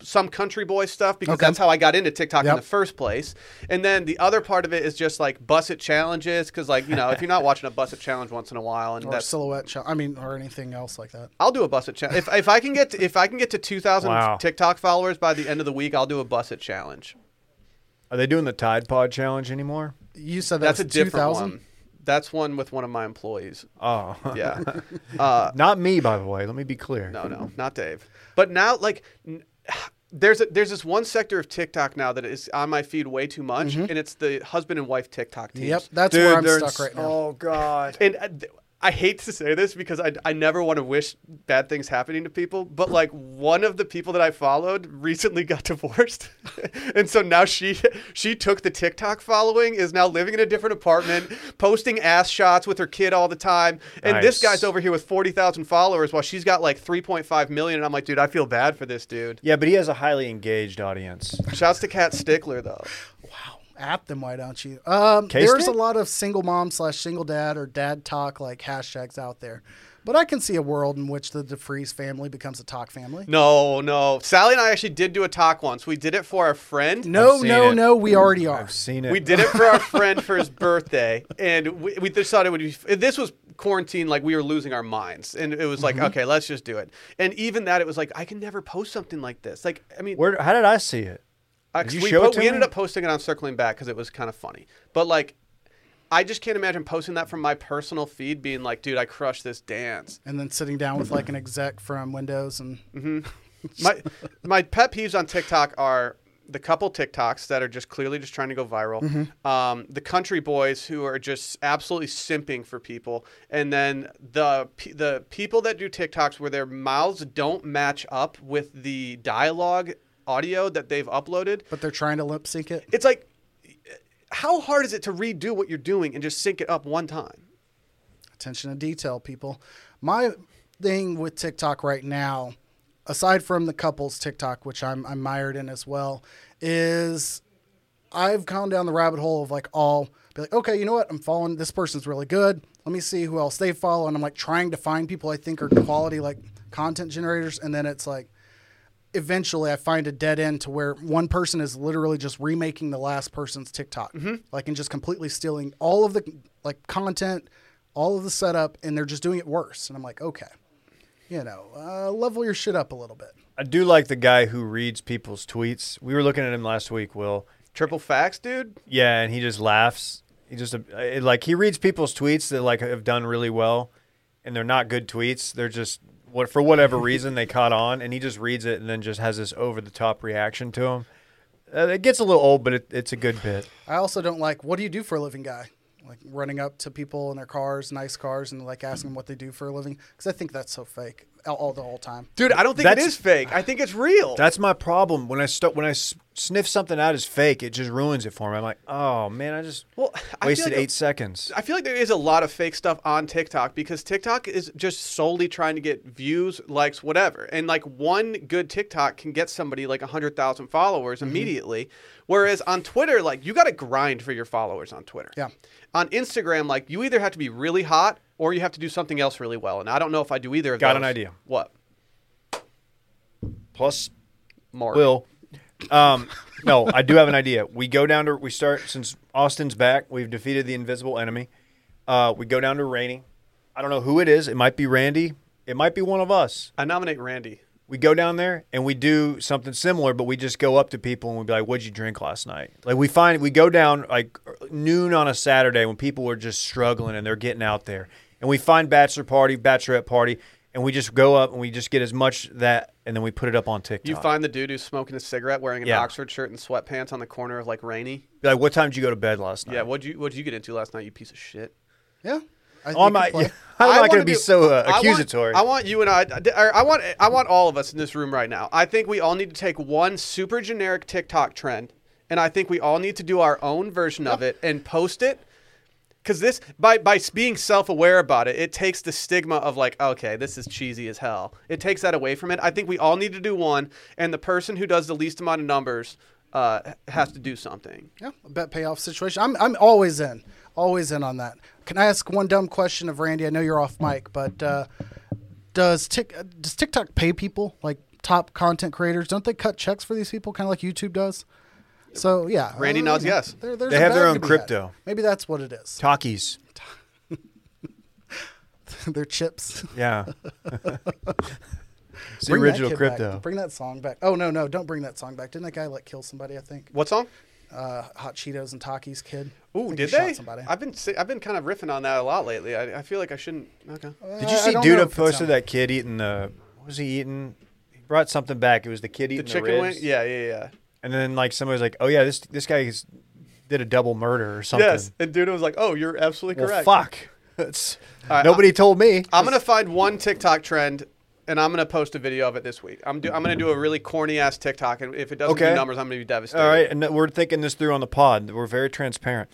some country boy stuff because Okay. that's how I got into TikTok in Yep. the first place. And then the other part of it is just like busset challenges because like you know if you're not watching a busset challenge once in a while and or that's silhouette shot. I mean, or anything else like that. I'll do a busset challenge if, if I can get to, if I can get to two thousand Wow. TikTok followers by the end of the week. I'll do a busset challenge. are they doing the tide pod challenge anymore You said that That's a was different 2000? one. That's one with one of my employees. oh Yeah. uh, not me by the way let me be clear No, no, not Dave. But now, like, n- there's a, there's this one sector of TikTok now that is on my feed way too much, and it's the husband and wife TikTok teams. Mm-hmm. Yep, that's Dude, where I'm they're stuck s- right now. oh god And I, th- I hate to say this because I, I never want to wish bad things happening to people, but like one of the people that I followed recently got divorced, and so now she she took the TikTok following, is now living in a different apartment, posting ass shots with her kid all the time, and this Nice. guy's over here with forty thousand followers while she's got like three point five million, and I'm like, dude, I feel bad for this dude. yeah but he has a highly engaged audience Shouts to Kat Stickler though. At them, why don't you? Um, Cased there's it? a lot of single mom slash single dad or dad talk like hashtags out there, but I can see a world in which the DeFreeze family becomes a talk family. No, no. Sally and I actually did do a talk once. We did it for our friend. No, I've seen no, it. no, we already are. i've seen it We did it for our friend for his birthday, and we, we just thought it would be. This was quarantine, like we were losing our minds, and it was like, Mm-hmm. okay, let's just do it. And even that, it was like, I can never post something like this. Like, I mean, where how did i see it I- did you we, show po- it to we ended me? up posting it on circling back because it was kind of funny. But like, I just can't imagine posting that from my personal feed, being like, dude, I crushed this dance. and then sitting down with like an exec from Windows and my my pet peeves on TikTok are the couple TikToks that are just clearly just trying to go viral, Mm-hmm. um, the country boys who are just absolutely simping for people, and then the pe- the people that do TikToks where their mouths don't match up with the dialogue audio that they've uploaded. but they're trying to lip sync it. It's like, how hard is it to redo what you're doing and just sync it up one time? Attention to detail, people. My thing with TikTok right now, aside from the couples TikTok, which I'm I'm mired in as well, is I've gone down the rabbit hole of like all be like, okay, you know what? I'm following this person's really good. let me see who else they follow, and I'm like trying to find people I think are quality like content generators, and then it's like eventually I find a dead end to where one person is literally just remaking the last person's TikTok, like and just completely stealing all of the like content, all of the setup, and they're just doing it worse. And I'm like, okay, you know, uh, level your shit up a little bit. I do like the guy who reads people's tweets. We were looking at him last week, Will. Triple facts, dude. Yeah, and he just laughs. He just uh, it, like he reads people's tweets that like have done really well, and they're not good tweets. They're just what for whatever reason they caught on, and he just reads it and then just has this over the top reaction to him. Uh, it gets a little old, but it, it's a good bit. I also don't like what do you do for a living guy? Like running up to people in their cars, nice cars, and like asking them what they do for a living. Because I think that's so fake all, all the whole time. Dude, I don't think it That's- is fake. I think it's real. That's my problem. When I st- when I s- sniff something out as fake, it just ruins it for me. I'm like, oh man, I just Well, I feel wasted like a- eight seconds. I feel like there is a lot of fake stuff on TikTok because TikTok is just solely trying to get views, likes, whatever. And like one good TikTok can get somebody like 100,000 followers Mm-hmm. immediately. Whereas on Twitter, like you got to grind for your followers on Twitter. Yeah. On Instagram, like you either have to be really hot or you have to do something else really well. And I don't know if I do either of Got those. an idea. What? Plus, Mark. Will. Um, no, I do have an idea. We go down to we start since Austin's back. We've defeated the invisible enemy. Uh, we go down to Rainey. I don't know who it is. It might be Randy. It might be one of us. I nominate Randy. We go down there and we do something similar, but we just go up to people and we be like, "What'd you drink last night?" Like we find we go down like noon on a Saturday when people are just struggling and they're getting out there, and we find bachelor party, bachelorette party, and we just go up and we just get as much that, and then we put it up on TikTok. You find the dude who's smoking a cigarette wearing an Yeah. Oxford shirt and sweatpants on the corner of like Rainy. Be like, what time did you go to bed last night? Yeah, what'd you what'd you get into last night, you piece of shit? Yeah. I Oh, we my, could play. I'm I not going wanna to be do- so uh, I want- accusatory. I want, you and I. or I want. I want all of us in this room right now. I think we all need to take one super generic TikTok trend, and I think we all need to do our own version of it and post it. Because this, by by being self aware about it, it takes the stigma of like, okay, this is cheesy as hell. It takes that away from it. I think we all need to do one, and the person who does the least amount of numbers uh, has to do something. Yeah, a bet payoff situation. I'm I'm always in, always in on that. Can I ask one dumb question of Randy? I know you're Hmm. off mic, but uh, does Tik uh, does TikTok pay people like top content creators? Don't they cut checks for these people, kind of like YouTube does? So yeah, Randy uh, nods you know, yes. there- there's They a have their value own to be crypto. had. Maybe that's what it is. Talkies. They're chips. Yeah. it's the Bring that original kid back. crypto. Bring that song back. Oh no, no, don't bring that song back. Didn't that guy like kill somebody? I think What song? uh, Hot Cheetos and Takis kid. I Ooh, think did he shot they? Somebody. I've been si- I've been kind of riffing on that a lot lately. I, I feel like I shouldn't. Okay. Did I- you I see don't know Duda if it's posted on- that kid eating the. What was he eating? He brought something back. It was the kid The eating the, chicken wing. ribs. Yeah, yeah, yeah. And then like somebody was like, oh yeah, this this guy is, did a double murder or something. Yes, and dude was like, "Oh, you're absolutely Well, correct." fuck. It's, right, nobody told me. I'm gonna find one TikTok trend, and I'm gonna post a video of it this week. I'm do, I'm gonna do a really corny ass TikTok, and if it doesn't do Okay. numbers, I'm gonna be devastated. All right, and we're thinking this through on the pod. We're very transparent.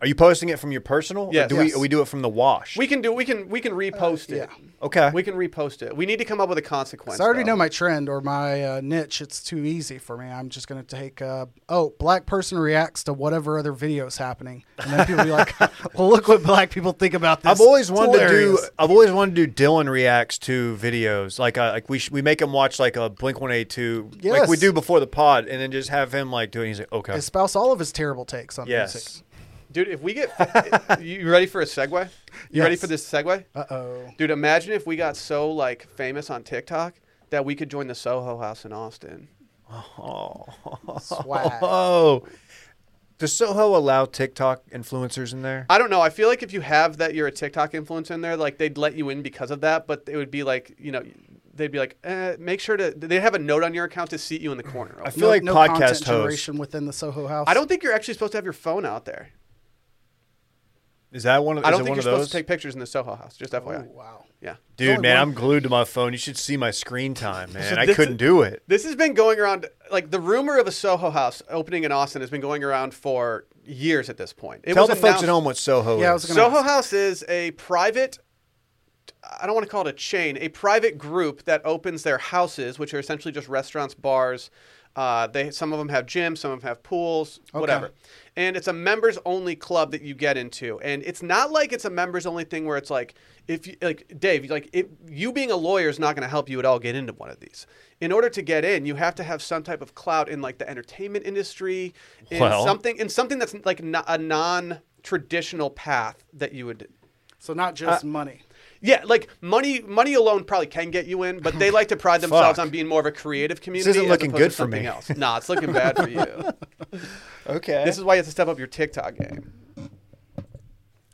Are you posting it from your personal? Or Yes. do Yes. we, we do it from the wash? we can do we can we can repost it. Uh, okay. We can repost it. We need to come up with a consequence. So I already though. know my trend or my uh, niche. It's too easy for me. I'm just going to take, uh, oh, black person reacts to whatever other video is happening. And then people be like, well, look what black people think about this. I've always It's wanted to do. hilarious. I've always wanted to do Dylan reacts to videos. Like, uh, like we sh- we make him watch like a Blink One Eight Two, like we Yes. do before the pod, and then just have him like doing. He's like, okay, Espouse all of his terrible takes on yes, dude. If we get, you ready for a segue? You ready Yes. for this segue? music. Uh oh. Dude, imagine if we got so like famous on TikTok that we could join the Soho House in Austin. Swag. oh, does Soho allow TikTok influencers in there? I don't know. I feel like if you have that, you're a TikTok influencer in there. Like they'd let you in because of that, but it would be like you know, they'd be like, eh, make sure to. They have a note on your account to seat you in the corner. I I, feel like no podcast content hosts. generation within the Soho house. don't think you're actually supposed to have your phone out there. Is that one? Of, is I don't it think one you're of those? supposed to take pictures in the Soho House. Just Oh, FYI. wow. Yeah. Dude, only man, one- I'm glued to my phone. You should see my screen time, man. I This- couldn't do it. This has been going around. Like the rumor of a Soho House opening in Austin has been going around for years at this point. It Tell was the folks at announced- home what Soho Yeah, I is. was gonna Soho House is a private. I don't want to call it a chain, a private group that opens their houses, which are essentially just restaurants, bars, Uh, they some of them have gyms, some of them have pools, whatever. And it's a members only club that you get into, and it's not like it's a members only thing where it's like if you, like Dave, like if you being a lawyer is not going to help you at all get into one of these. In order to get in, you have to have some type of clout in like the entertainment industry, in Well- something in something that's like no- a non traditional path that you would So not just money. yeah, like money money alone probably can get you in, but they like to pride themselves Fuck. on being more of a creative community. isn't as looking opposed to good for something me. Else. Nah, it's looking bad for you. Okay. This is why you have to step up your TikTok game.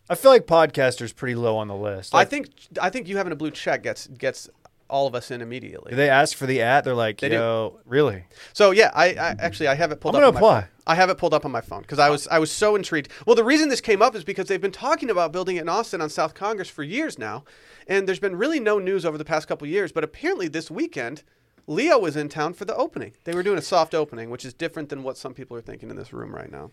I feel like podcaster's pretty low on the list. I Like, think I think you having a blue check gets gets all of us in immediately. they ask for the at. They're like, do. yo, really? So yeah, I, I actually I have it pulled I'm up. gonna on my apply. phone. I have it pulled up on my phone because I was I was so intrigued. Well, the reason this came up is because they've been talking about building it in Austin on South Congress for years now, and there's been really no news over the past couple years. But apparently this weekend, Leo was in town for the opening. They were doing a soft opening, which is different than what some people are thinking in this room right now.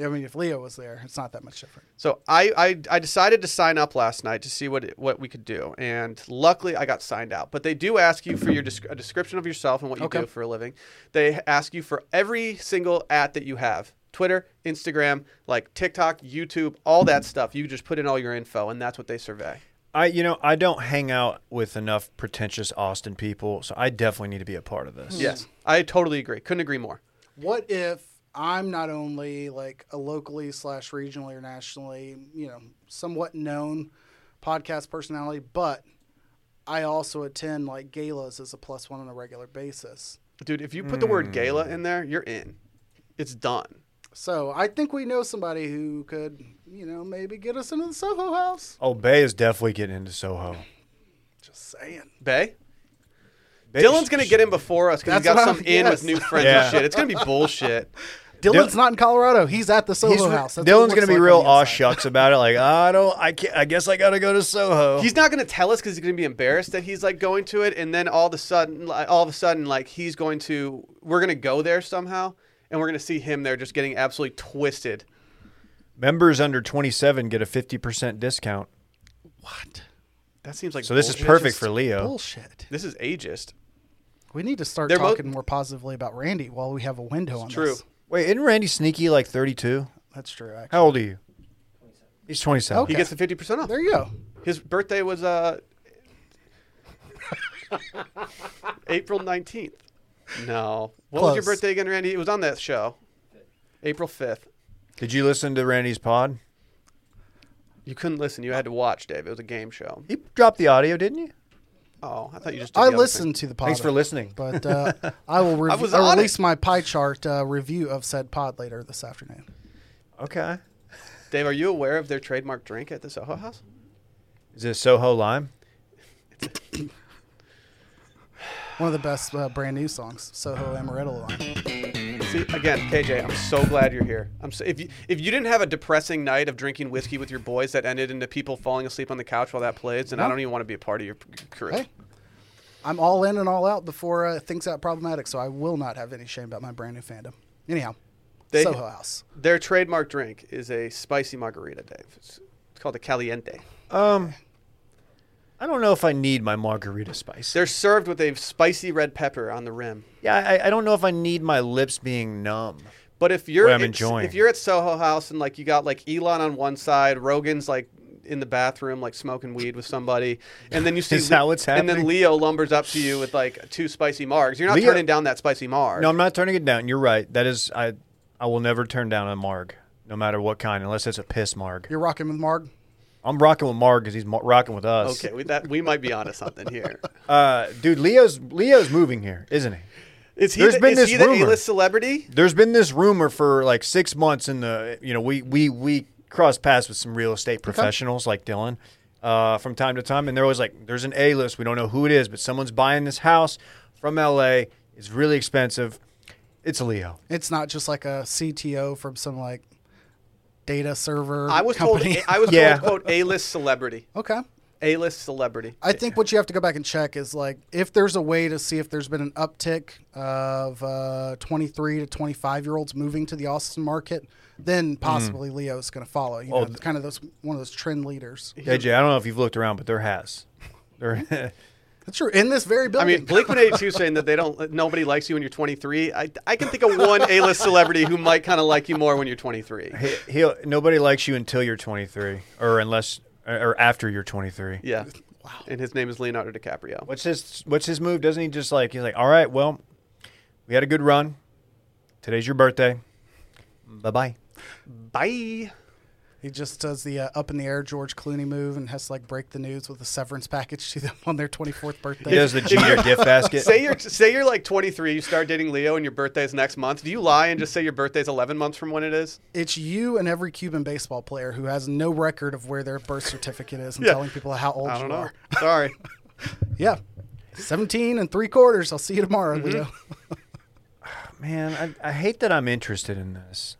I mean, if Leo was there, it's not that much different. So I, I I decided to sign up last night to see what it- what we could do, and luckily I got signed out. But they do ask you for your desc- a description of yourself and what you Okay. do for a living. They ask you for every single at that you have. Twitter, Instagram, like TikTok, YouTube, all that stuff. You just put in all your info, and that's what they survey. I, you know, I don't hang out with enough pretentious Austin people, so I definitely need to be a part of this. Yes, I totally agree. Couldn't agree more. What if I'm not only like a locally slash regionally or nationally, you know, somewhat known podcast personality, but I also attend like galas as a plus one on a regular basis. Dude, if you put the Hmm. word gala in there, you're in. It's done. So I think we know somebody who could, you know, maybe get us into the Soho House. Oh, Bay is definitely getting into Soho. Just saying. Bay? Bay- Dylan's gonna get in before us because he's That's got what some I'm- in yes. with new friends Yeah. and shit. It's gonna be bullshit. Dylan's not in Colorado. He's at the Soho He's- House. That's what Dylan's it gonna looks be like real on the aw inside. shucks about it. Like I don't, I can't. I guess I gotta go to Soho. He's not going to tell us because he's going to be embarrassed that he's like going to it, and then all of a sudden, like, all of a sudden, like he's going to, we're going to go there somehow, and we're going to see him there just getting absolutely twisted. Members under 27 get a 50% discount. What? That seems like So this is bullshit. perfect Just for Leo. Bullshit. This is ageist. We need to start They're both- talking more positively about Randy while we have a window on True. this. Wait, isn't Randy Sneaky like 32? That's true. Actually. How old are you? He's 27. He Okay. gets the fifty percent off. There you go. His birthday was uh, April nineteenth. No, what was your Close. birthday again, Randy? It was on that show, April fifth. Did you listen to Randy's pod? You couldn't listen. You had to watch, Dave. It was a game show. He dropped the audio, didn't you? Oh, I thought you just. did the I other thing. listened to the pod. Thanks for listening. But uh, I will rev- was I'll on release it. my pie chart uh, review of said pod later this afternoon. Okay. Dave, are you aware of their trademark drink at the Soho House? Is it Soho Lime? One of the best uh, brand new songs, Soho Amaretto Line. See, again, KJ, I'm so glad you're here. I'm so, if you if you didn't have a depressing night of drinking whiskey with your boys that ended into people falling asleep on the couch while that plays, then I don't even want to be a part of your p- crew. Hey, I'm all in and all out before uh, things got problematic, so I will not have any shame about my brand new fandom. Anyhow, They- Soho House. Their trademark drink is a spicy margarita, Dave. It's, it's called a caliente. Um, I don't know if I need my margarita spice. They're served with a spicy red pepper on the rim. yeah, I, I don't know if I need my lips being numb. But if you're What I'm it's- enjoying. if you're at Soho House and like you got like Elon on one side, Rogan's like in the bathroom like smoking weed with somebody, and then you see Is that what's And then happening? Leo lumbers up to you with like two spicy margs. You're not Leo- turning down that spicy marg. No, I'm not turning it down. You're right. That is, I, I will never turn down a marg, no matter what kind, unless it's a piss marg. You're rocking with Marg. I'm rocking with marg because he's mar- rocking with us. okay, we, that we might be onto something here. Uh, dude, Leo's Leo's moving here, isn't he? Is he There's the, been is this he the rumor. A-list celebrity? There's been this rumor for like six months in the you know we we we cross paths with some real estate professionals like Dylan uh, from time to time, and they're always like, "There's an A list. We don't know who it is, but someone's buying this house from LA. It's really expensive. It's Leo. It's not just like a CTO from some like data server. I was company. told I was Yeah. told quote A-list celebrity. okay. A-list celebrity. I think what you have to go back and check is like if there's a way to see if there's been an uptick of uh, 23 to 25 year olds moving to the Austin market, then Mm-hmm. possibly Leo's going to follow. You know, kind of those one of those trend leaders. JJ, I don't know if you've looked around, but there has. There, That's true. In this very I building. mean, Blink One Eighty Two saying that they don't, nobody likes you when you're 23. I, I can think of one A-list celebrity who might kind of like you more when you're 23. He, he'll, nobody likes you until you're 23, or unless, or after you're 23. Yeah. Wow. And his name is Leonardo DiCaprio. What's his What's his move? Doesn't he just like he's like, all right, well, we had a good run. Today's your birthday. Bye bye. Bye. he just does the uh, up in the air George Clooney move and has to like break the news with a severance package to them on their 24th birthday. He does the Jeter gift basket. Say you're say you're like 23. You start dating Leo, and your birthday's next month. Do you lie and just say your birthday's 11 months from when it is? It's you and every Cuban baseball player who has no record of where their birth certificate is and Yeah. telling people how old I you don't know. are. Sorry. Yeah. 17 and three quarters. I'll see you tomorrow, Mm-hmm. Leo. Man, I, I hate that I'm interested in this.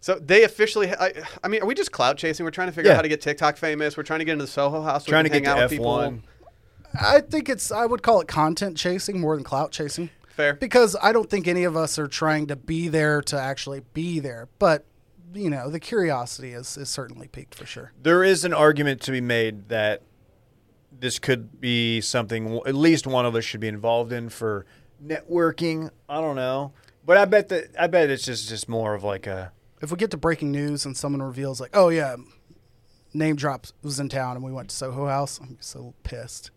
So they officially. I, I mean, are we just cloud chasing? We're trying to figure Yeah. out how to get TikTok famous. We're trying to get into the Soho House. so we Trying to can get to hang out F with one. people. I think it's I would call it content chasing more than clout chasing. Fair. Because I don't think any of us are trying to be there to actually be there. But you know, the curiosity is, is certainly peaked for sure. There is an argument to be made that this could be something at least one of us should be involved in for networking. I don't know, but I bet that I bet it's just just more of like a If we get to breaking news and someone reveals like, Oh yeah, name drops was in town and we went to Soho House, I'm so pissed.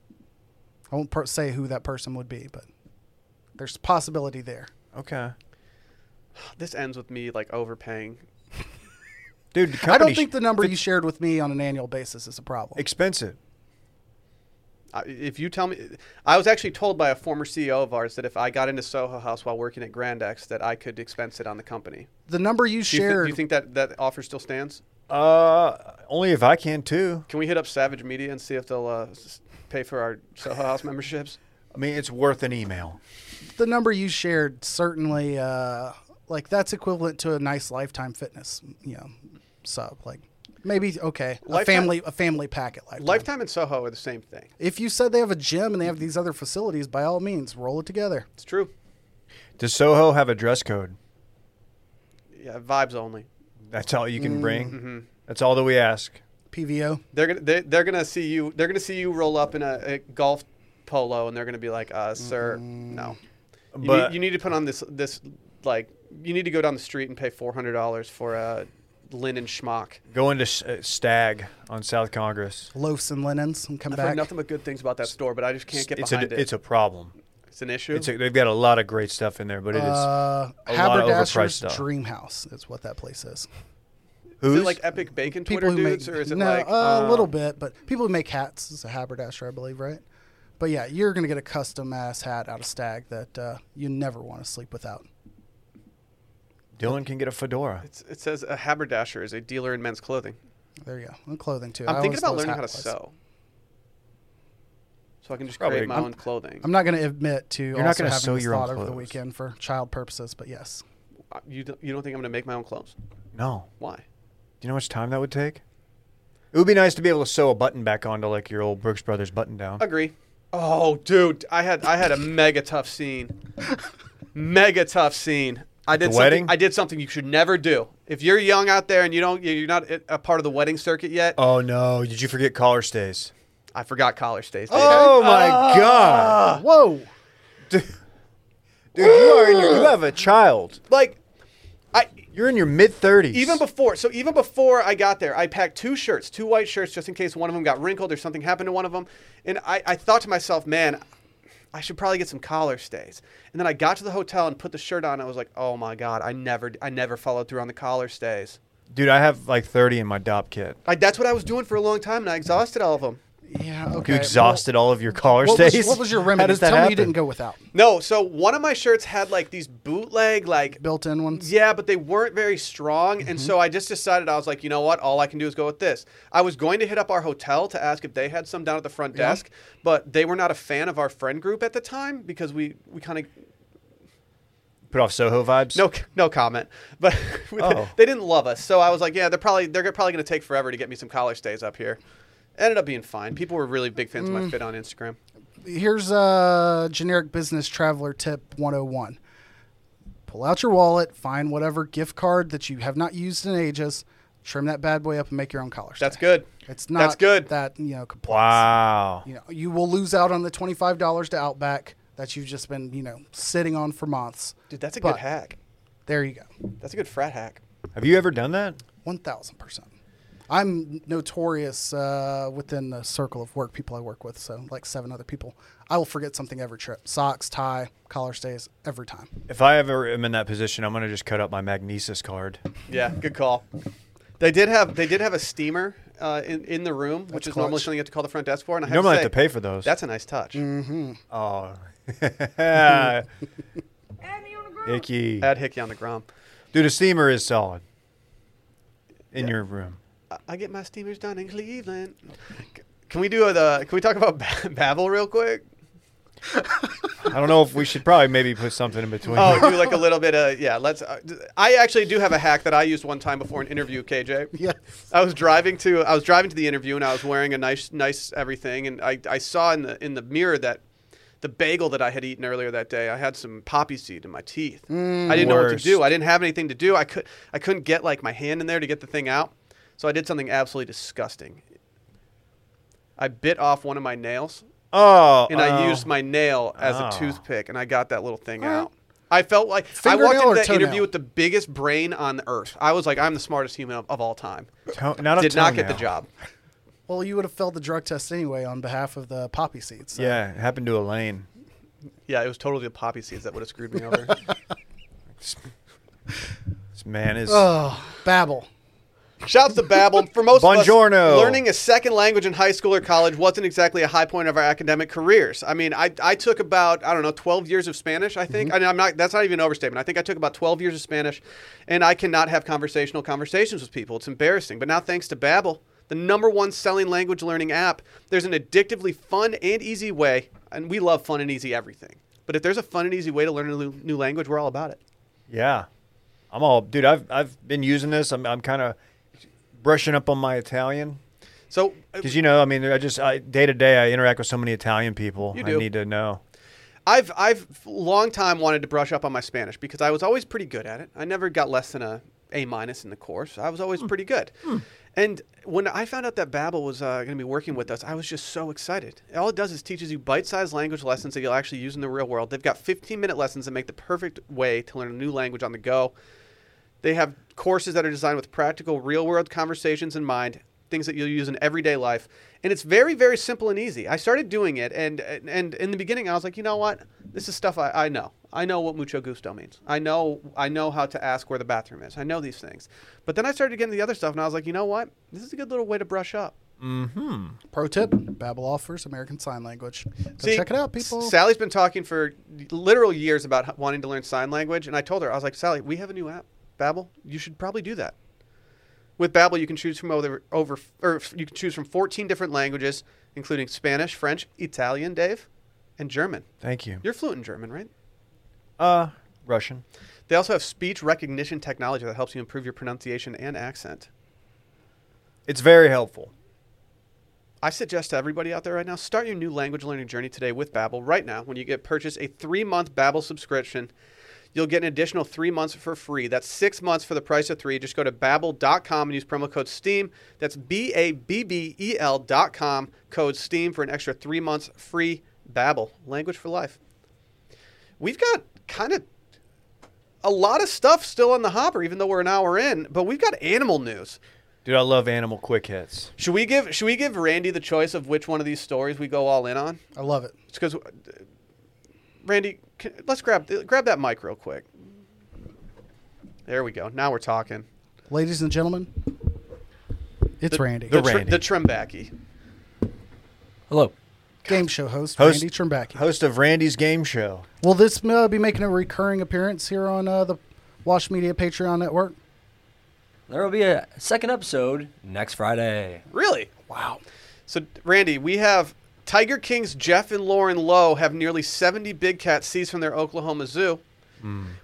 I won't per- say who that person would be, but there's a possibility there. okay, This ends with me like overpaying. dude. The I company don't sh- think the number you shared with me on an annual basis is a problem. expensive. I- If you tell me, I was actually told by a former CEO of ours that if I got into Soho House while working at Grand X, that I could expense it on the company. the number you Do you, thi- shared do you think that that offer still stands? Uh, only if I can too. Can we hit up Savage Media and see if they'll uh, s- pay for our Soho House memberships? I mean, it's worth an email. the number you shared certainly uh, like that's equivalent to a nice lifetime fitness you know sub like maybe okay a Lifetime- family a family packet lifetime. Lifetime and Soho are the same thing. if you said they have a gym and they have these other facilities by all means roll it together It's true. Does Soho have a dress code? Yeah, vibes only. That's all you Mm, can bring. mm-hmm. That's all that we ask. pvo They're gonna they, they're gonna see you. They're gonna see you roll up in a, a golf polo, and they're gonna be like, uh, "Sir, no. You, But- need, you need to put on this this like you need to go down the street and pay four hundred dollars for a linen schmuck." Going to S- uh, Stag on South Congress. loafs and linens and come I've back heard nothing but good things about that store, but I just can't get it's behind a it. it's a problem. It's an issue. It's a, they've got a lot of great stuff in there, but it is uh, a lot of overpriced haberdasher's stuff. dream house is what that place is is who's it like epic bacon Twitter people who dudes, make or is it no, uh, like a um, little bit, but people who make hats is a haberdasher, I believe, right? But yeah, you're gonna get a custom ass hat out of Stag that uh, you never want to sleep without. Dylan can get a fedora. It's, it says a haberdasher is a dealer in men's clothing. There you go, and clothing too. I'm I thinking always about thought it was learning how to hat was. sew, so I can just Probably create my I'm- own clothing. I'm not gonna admit to not also gonna having sew this your own thought over the clothes. weekend for child purposes, but yes, Uh, You don't, you don't think I'm gonna make my own clothes? No, Why? do you know how much time that would take? It would be nice to be able to sew a button back onto like your old Brooks Brothers button down. Agree. Oh, dude, I had I had a mega tough scene. Mega tough scene. I did The something, wedding? I did something you should never do. If you're young out there and you don't you're not a part of the wedding circuit yet, Oh no! Did you forget collar stays? I forgot college days. dude. Oh my Ah. god! whoa, Dude, you are in your, you have a child. Like I You're in your mid thirties. even before so even before I got there, I packed two shirts, two white shirts just in case one of them got wrinkled or something happened to one of them. And I, I thought to myself, man, I should probably get some collar stays. And then I got to the hotel and put the shirt on. And I was like, oh my god, I never I never followed through on the collar stays. dude, I have like thirty in my dop kit. I, that's what I was doing for a long time, and I exhausted all of them. yeah, okay. You exhausted all of your collar Well, what, stays. was, what was your remedy? How does that Tell happen? me you didn't go without No, so one of my shirts had like these bootleg, like, built-in ones. yeah, but they weren't very strong. Mm-hmm. And so I just decided, I was like, you know what? All I can do is go with this. I was going to hit up our hotel to ask if they had some down at the front desk, but they were not a fan of our friend group at the time because we, we kind of Put off Soho vibes. No, no comment. But Oh. they didn't love us, so I was like, yeah, they're probably they're probably going to take forever to get me some college stays up here. Ended up being fine. People were really big fans Mm. of my fit on Instagram. here's a generic business traveler tip 101 pull out your wallet find whatever gift card that you have not used in ages Trim that bad boy up and make your own collar. That's stay. good. It's not That's good. that you know complex. Wow. You know, you will lose out on the twenty five dollars to Outback that you've just been you know sitting on for months. Dude, that's a But- good hack. There you go. That's a good frat hack. Have you ever done that? One thousand percent. I'm notorious uh, within the circle of work people I work with, so like seven other people. I will forget something every trip: socks, tie, collar stays, every time. If I ever am in that position, I'm gonna just cut up my magnesis card. Yeah, good call. They did have they did have a steamer uh, in in the room, which is normally clutch. something you have to call the front desk for. And I You have normally to, say, have to pay for those. That's a nice touch. oh, Add me on the ground. icky. Add Hickey on the Grom. Dude, a steamer is solid. In your room. I- I get my steamers done in Cleveland. C- Can we do a, the? Can we talk about ba- Babel real quick? I don't know if we should probably maybe put something in between. Oh, do like a little bit of yeah. Let's. Uh, d- I actually do have a hack that I used one time before an interview. KJ. Yes. I was driving to I was driving to the interview and I was wearing a nice nice everything and I, I saw in the in the mirror that the bagel that I had eaten earlier that day I had some poppy seed in my teeth. Mm, I didn't know what to do. Worst. I didn't have anything to do. I could I couldn't get like my hand in there to get the thing out. So I did something absolutely disgusting. I bit off one of my nails Oh, and I used my nail as Ah. Oh. a toothpick, and I got that little thing out. I felt like I walked Fingernail into or that interview toenail? with the biggest brain on the earth. I was like, I'm the smartest human of, of all time. To- not a Did not get the toenail. job. Well, you would have failed the drug test anyway on behalf of the poppy seeds. so- Yeah, it happened to Elaine. Yeah, it was totally the poppy seeds that would have screwed me over. This man is. Oh, Babel. Shouts to Babel. For most of Buongiorno. us, learning a second language in high school or college wasn't exactly a high point of our academic careers. I mean, I, I took about, I don't know, 12 years of Spanish, I think. I mean, I'm not, that's not even an overstatement. I think I took about 12 years of Spanish, and I cannot have conversational conversations with people. It's embarrassing. But now, thanks to Babbel, the number one selling language learning app, there's an addictively fun and easy way, and we love fun and easy everything. But if there's a fun and easy way to learn a new- new language, we're all about it. yeah, I'm all dude. I've I've been using this. I'm I'm kind of brushing up on my Italian So, uh, because you know I mean I just I, day to day I interact with so many Italian people. You I do. need to know. I've I've long time wanted to brush up on my Spanish because I was always pretty good at it. I never got less than a A minus in the course. I was always pretty good. And when I found out that Babbel was uh, going to be working with us, I was just so excited. All it does is teaches you bite-sized language lessons that you'll actually use in the real world. They've got 15-minute lessons that make the perfect way to learn a new language on the go. They have courses that are designed with practical, real world conversations in mind, things that you'll use in everyday life. And it's very, very simple and easy. I started doing it, and, and, and in the beginning, I was like, you know what? This is stuff I, I know. I know what mucho gusto means. I know I know how to ask where the bathroom is. I know these things. But then I started getting the other stuff, and I was like, you know what? This is a good little way to brush up. Pro tip: Babel offers American Sign Language. Go See, check it out, people. S- Sally's been talking for literal years about h- wanting to learn sign language, and I told her I was like, Sally, we have a new app, Babbel. You should probably do that. With Babbel, you can choose from over, over or f- you can choose from 14 different languages, including Spanish, French, Italian, Dave, and German. Thank you. You're fluent in German, right? Uh, Russian. They also have speech recognition technology that helps you improve your pronunciation and accent. It's very helpful. I suggest to everybody out there right now, start your new language learning journey today with Babbel. Right now, when you get purchase a three-month Babbel subscription, you'll get an additional three months for free. That's six months for the price of three. Just go to Babbel.com and use promo code STEAM. That's B-A-B-B-E-L E dot com, code STEAM for an extra three months free Babbel. Language for life. We've got kind of a lot of stuff still on the hopper, even though we're an hour in, but we've got animal news. Dude, I love animal quick hits. Should we give Should we give Randy the choice of which one of these stories we go all in on? I love it. It's because Randy, can, let's grab grab that mic real quick. There we go. Now we're talking. Ladies and gentlemen, it's Randy. The, the tr- Randy. the Trembacky. Hello. Game show host, Host- Randy Trimbacki. Host of Randy's game show. Will this uh, be making a recurring appearance here on uh, the Wash Media Patreon Network? There will be a second episode next Friday. Really? Wow. So Randy, we have Tiger King's Jeff and Lauren Lowe have nearly 70 big cats seized from their Oklahoma zoo.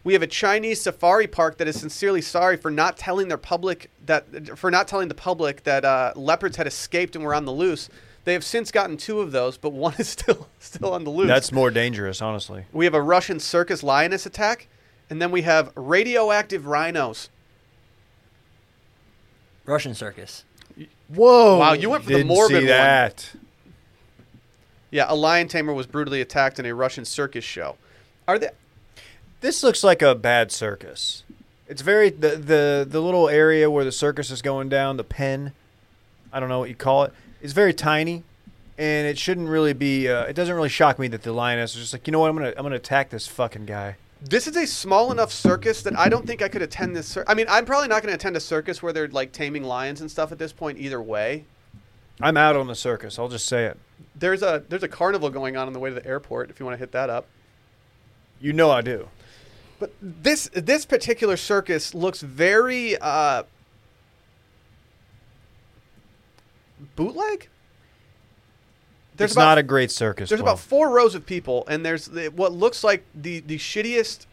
We have a Chinese safari park that is sincerely sorry for not telling their public that for not telling the public that uh, leopards had escaped and were on the loose. They have since gotten two of those, but one is still still on the loose. That's more dangerous, honestly. We have a Russian circus lioness attack, and then we have radioactive rhinos. Russian circus. Whoa! Wow, you went for the Didn't morbid see one. that. Yeah, a lion tamer was brutally attacked in a Russian circus show. Are they? This looks like a bad circus. It's very the, the the little area where the circus is going down, the pen. I don't know what you call it. It's very tiny, and it shouldn't really be. Uh, it doesn't really shock me that the lioness is just like, you know what, I'm gonna I'm gonna attack this fucking guy. This is a small enough circus that I don't think I could attend this. Cir- I mean, I'm probably not going to attend a circus where they're like taming lions and stuff at this point. Either way, I'm out on the circus. I'll just say it. there's a there's a carnival going on on the way to the airport. If you want to hit that up. You know I do. But this this particular circus looks very uh, bootleg. There's There's it's about, not a great circus. there's Will. about four rows of people, and there's the, what looks like the the shittiest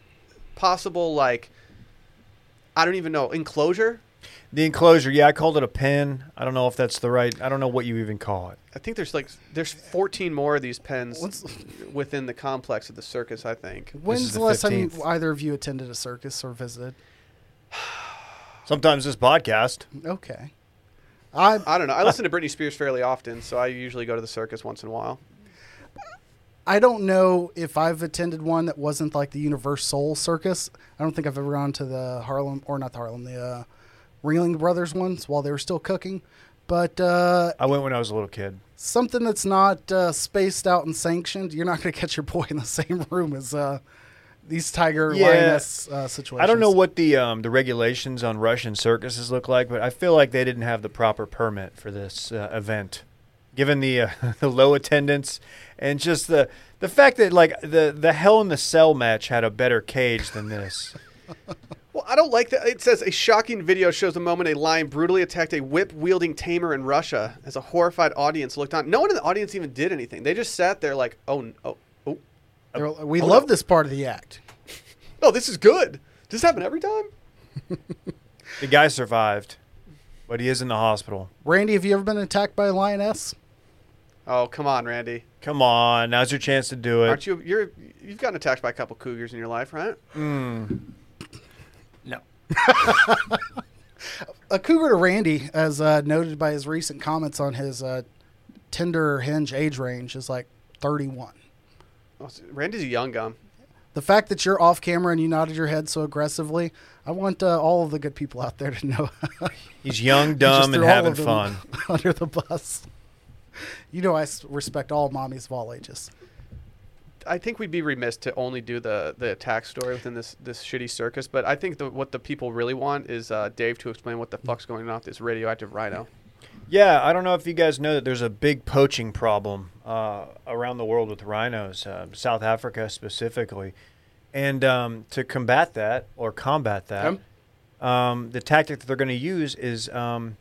possible like I don't even know enclosure. the enclosure. Yeah, I called it a pen. I don't know if that's the right. I don't know what you even call it. I think there's like there's 14 more of these pens What's- within the complex of the circus. I think This is When's the the last time 15th. you, either of you attended a circus or visited? Sometimes this podcast. Okay. I I don't know. I listen to Britney Spears fairly often, so I usually go to the circus once in a while. I don't know if I've attended one that wasn't like the Universal Circus. I don't think I've ever gone to the Harlem or not the Harlem, the uh, Ringling Brothers ones while they were still cooking. But uh, I went when I was a little kid. something that's not uh, spaced out and sanctioned, you're not going to catch your boy in the same room as uh, these tiger Yeah. lioness uh, situations. I don't know what the um, the regulations on Russian circuses look like, but I feel like they didn't have the proper permit for this uh, event, given the uh, the low attendance and just the the fact that like the the Hell in the Cell match had a better cage than this. Well, I don't like that. It says a shocking video shows the moment a lion brutally attacked a whip wielding tamer in Russia as a horrified audience looked on. No one in the audience even did anything. They just sat there like, oh, n- oh, oh, They're- we Oh, love no. this part of the act. oh, this is good. Does this happen every time? the guy survived, but he is in the hospital. Randy, have you ever been attacked by a lioness? Oh, come on, Randy. Come on, now's your chance to do it. Aren't you? You're you've gotten attacked by a couple cougars in your life, right? No. a cougar to Randy, as uh, noted by his recent comments on his uh, Tinder hinge age range, is like 31. Oh, Randy's a young gum. The fact that you're off camera and you nodded your head so aggressively, I want uh, all of the good people out there to know. You He's young, just dumb, and threw all having of them fun. under the bus. You know, I s- respect all mommies of all ages. I think we'd be remiss to only do the the attack story within this this shitty circus, but I think the, what the people really want is uh, Dave to explain what the fuck's going on with this radioactive rhino. Yeah, I don't know if you guys know that there's a big poaching problem uh, around the world with rhinos, uh, South Africa specifically. And um, to combat that or combat that, um, the tactic that they're going to use is um,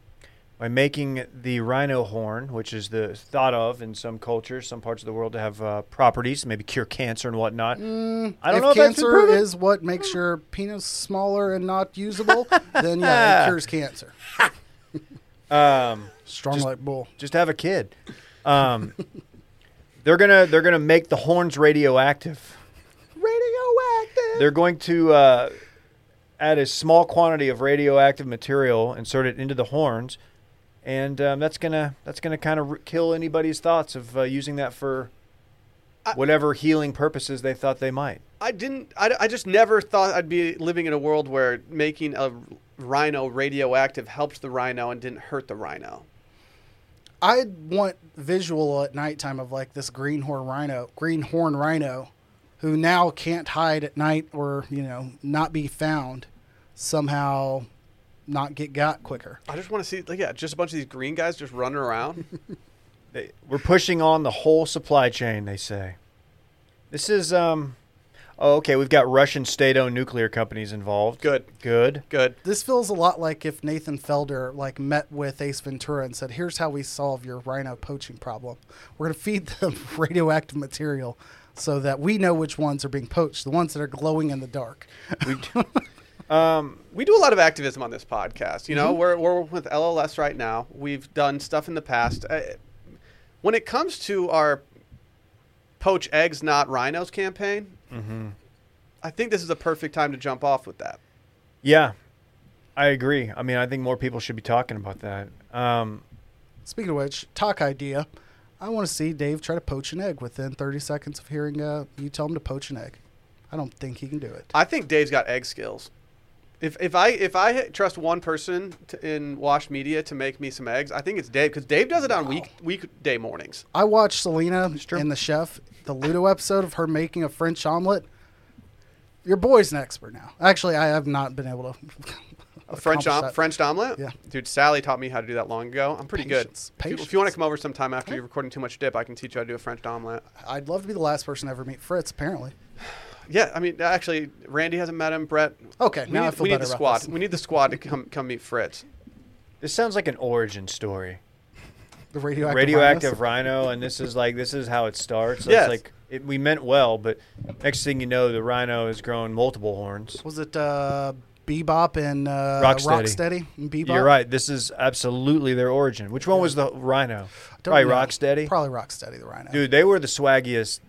by making the rhino horn, which is the thought of in some cultures, some parts of the world to have uh, properties, maybe cure cancer and whatnot. I don't Mm, if know if that's been cancer proven. is what makes your penis smaller and not usable, then yeah, it cures cancer. Um, Strong like bull. just have a kid. Um, they're gonna they're gonna make the horns radioactive. Radioactive. They're going to uh, add a small quantity of radioactive material, insert it into the horns, and um, that's gonna that's gonna kind of r- kill anybody's thoughts of uh, using that for I- whatever healing purposes they thought they might. I didn't. I, I just never thought I'd be living in a world where making a rhino radioactive helped the rhino and didn't hurt the rhino. I want visual at nighttime of like this greenhorn rhino, greenhorn rhino, who now can't hide at night or you know not be found, somehow not get got quicker. I just want to see, like, yeah, just a bunch of these green guys just running around. They, we're pushing on the whole supply chain, they say. This is um oh, okay, we've got Russian state-owned nuclear companies involved. Good. Good. Good. This feels a lot like if Nathan Felder like met with Ace Ventura and said, "Here's how we solve your rhino poaching problem. We're going to feed them radioactive material." So that we know which ones are being poached, the ones that are glowing in the dark. We do a lot of activism on this podcast. You know, we're, we're with LLS right now. We've done stuff in the past. Uh, when it comes to our poach eggs, not rhinos campaign, I think this is a perfect time to jump off with that. Yeah. I agree. I mean, I think more people should be talking about that. Um, Speaking of which, talk idea. I want to see Dave try to poach an egg within 30 seconds of hearing uh, you tell him to poach an egg. I don't think he can do it. I think Dave's got egg skills. If, if I if I trust one person to, in Wash Media to make me some eggs, I think it's Dave because Dave does it on week weekday mornings. I watched Selena and the chef, the Ludo episode of her making a French omelet. Your boy's an expert now. Actually, I have not been able to. A French om- French omelet. Yeah. dude, Sally taught me how to do that long ago. I'm pretty Patience. good. If you- If you, Patience. want to come over sometime after you're recording too much dip, I can teach you how to do a French omelet. I'd love to be the last person to ever meet Fritz. Apparently, Yeah, I mean, actually, Randy hasn't met him. Brett. Okay, we now I need, feel we need better the about squad. this. We need the squad to come come meet Fritz. this sounds like an origin story. the radioactive. radioactive rhinos. rhino, and this is like this is how it starts. So Yes. It's like it, we meant well, but next thing you know, the rhino has grown multiple horns. Was it uh, Bebop and uh, Rocksteady. Rocksteady and Bebop? You're right. This is absolutely their origin. Which one was the rhino? Don't Probably know. Rocksteady. Probably Rocksteady, the Rhino. Dude, they were the swaggiest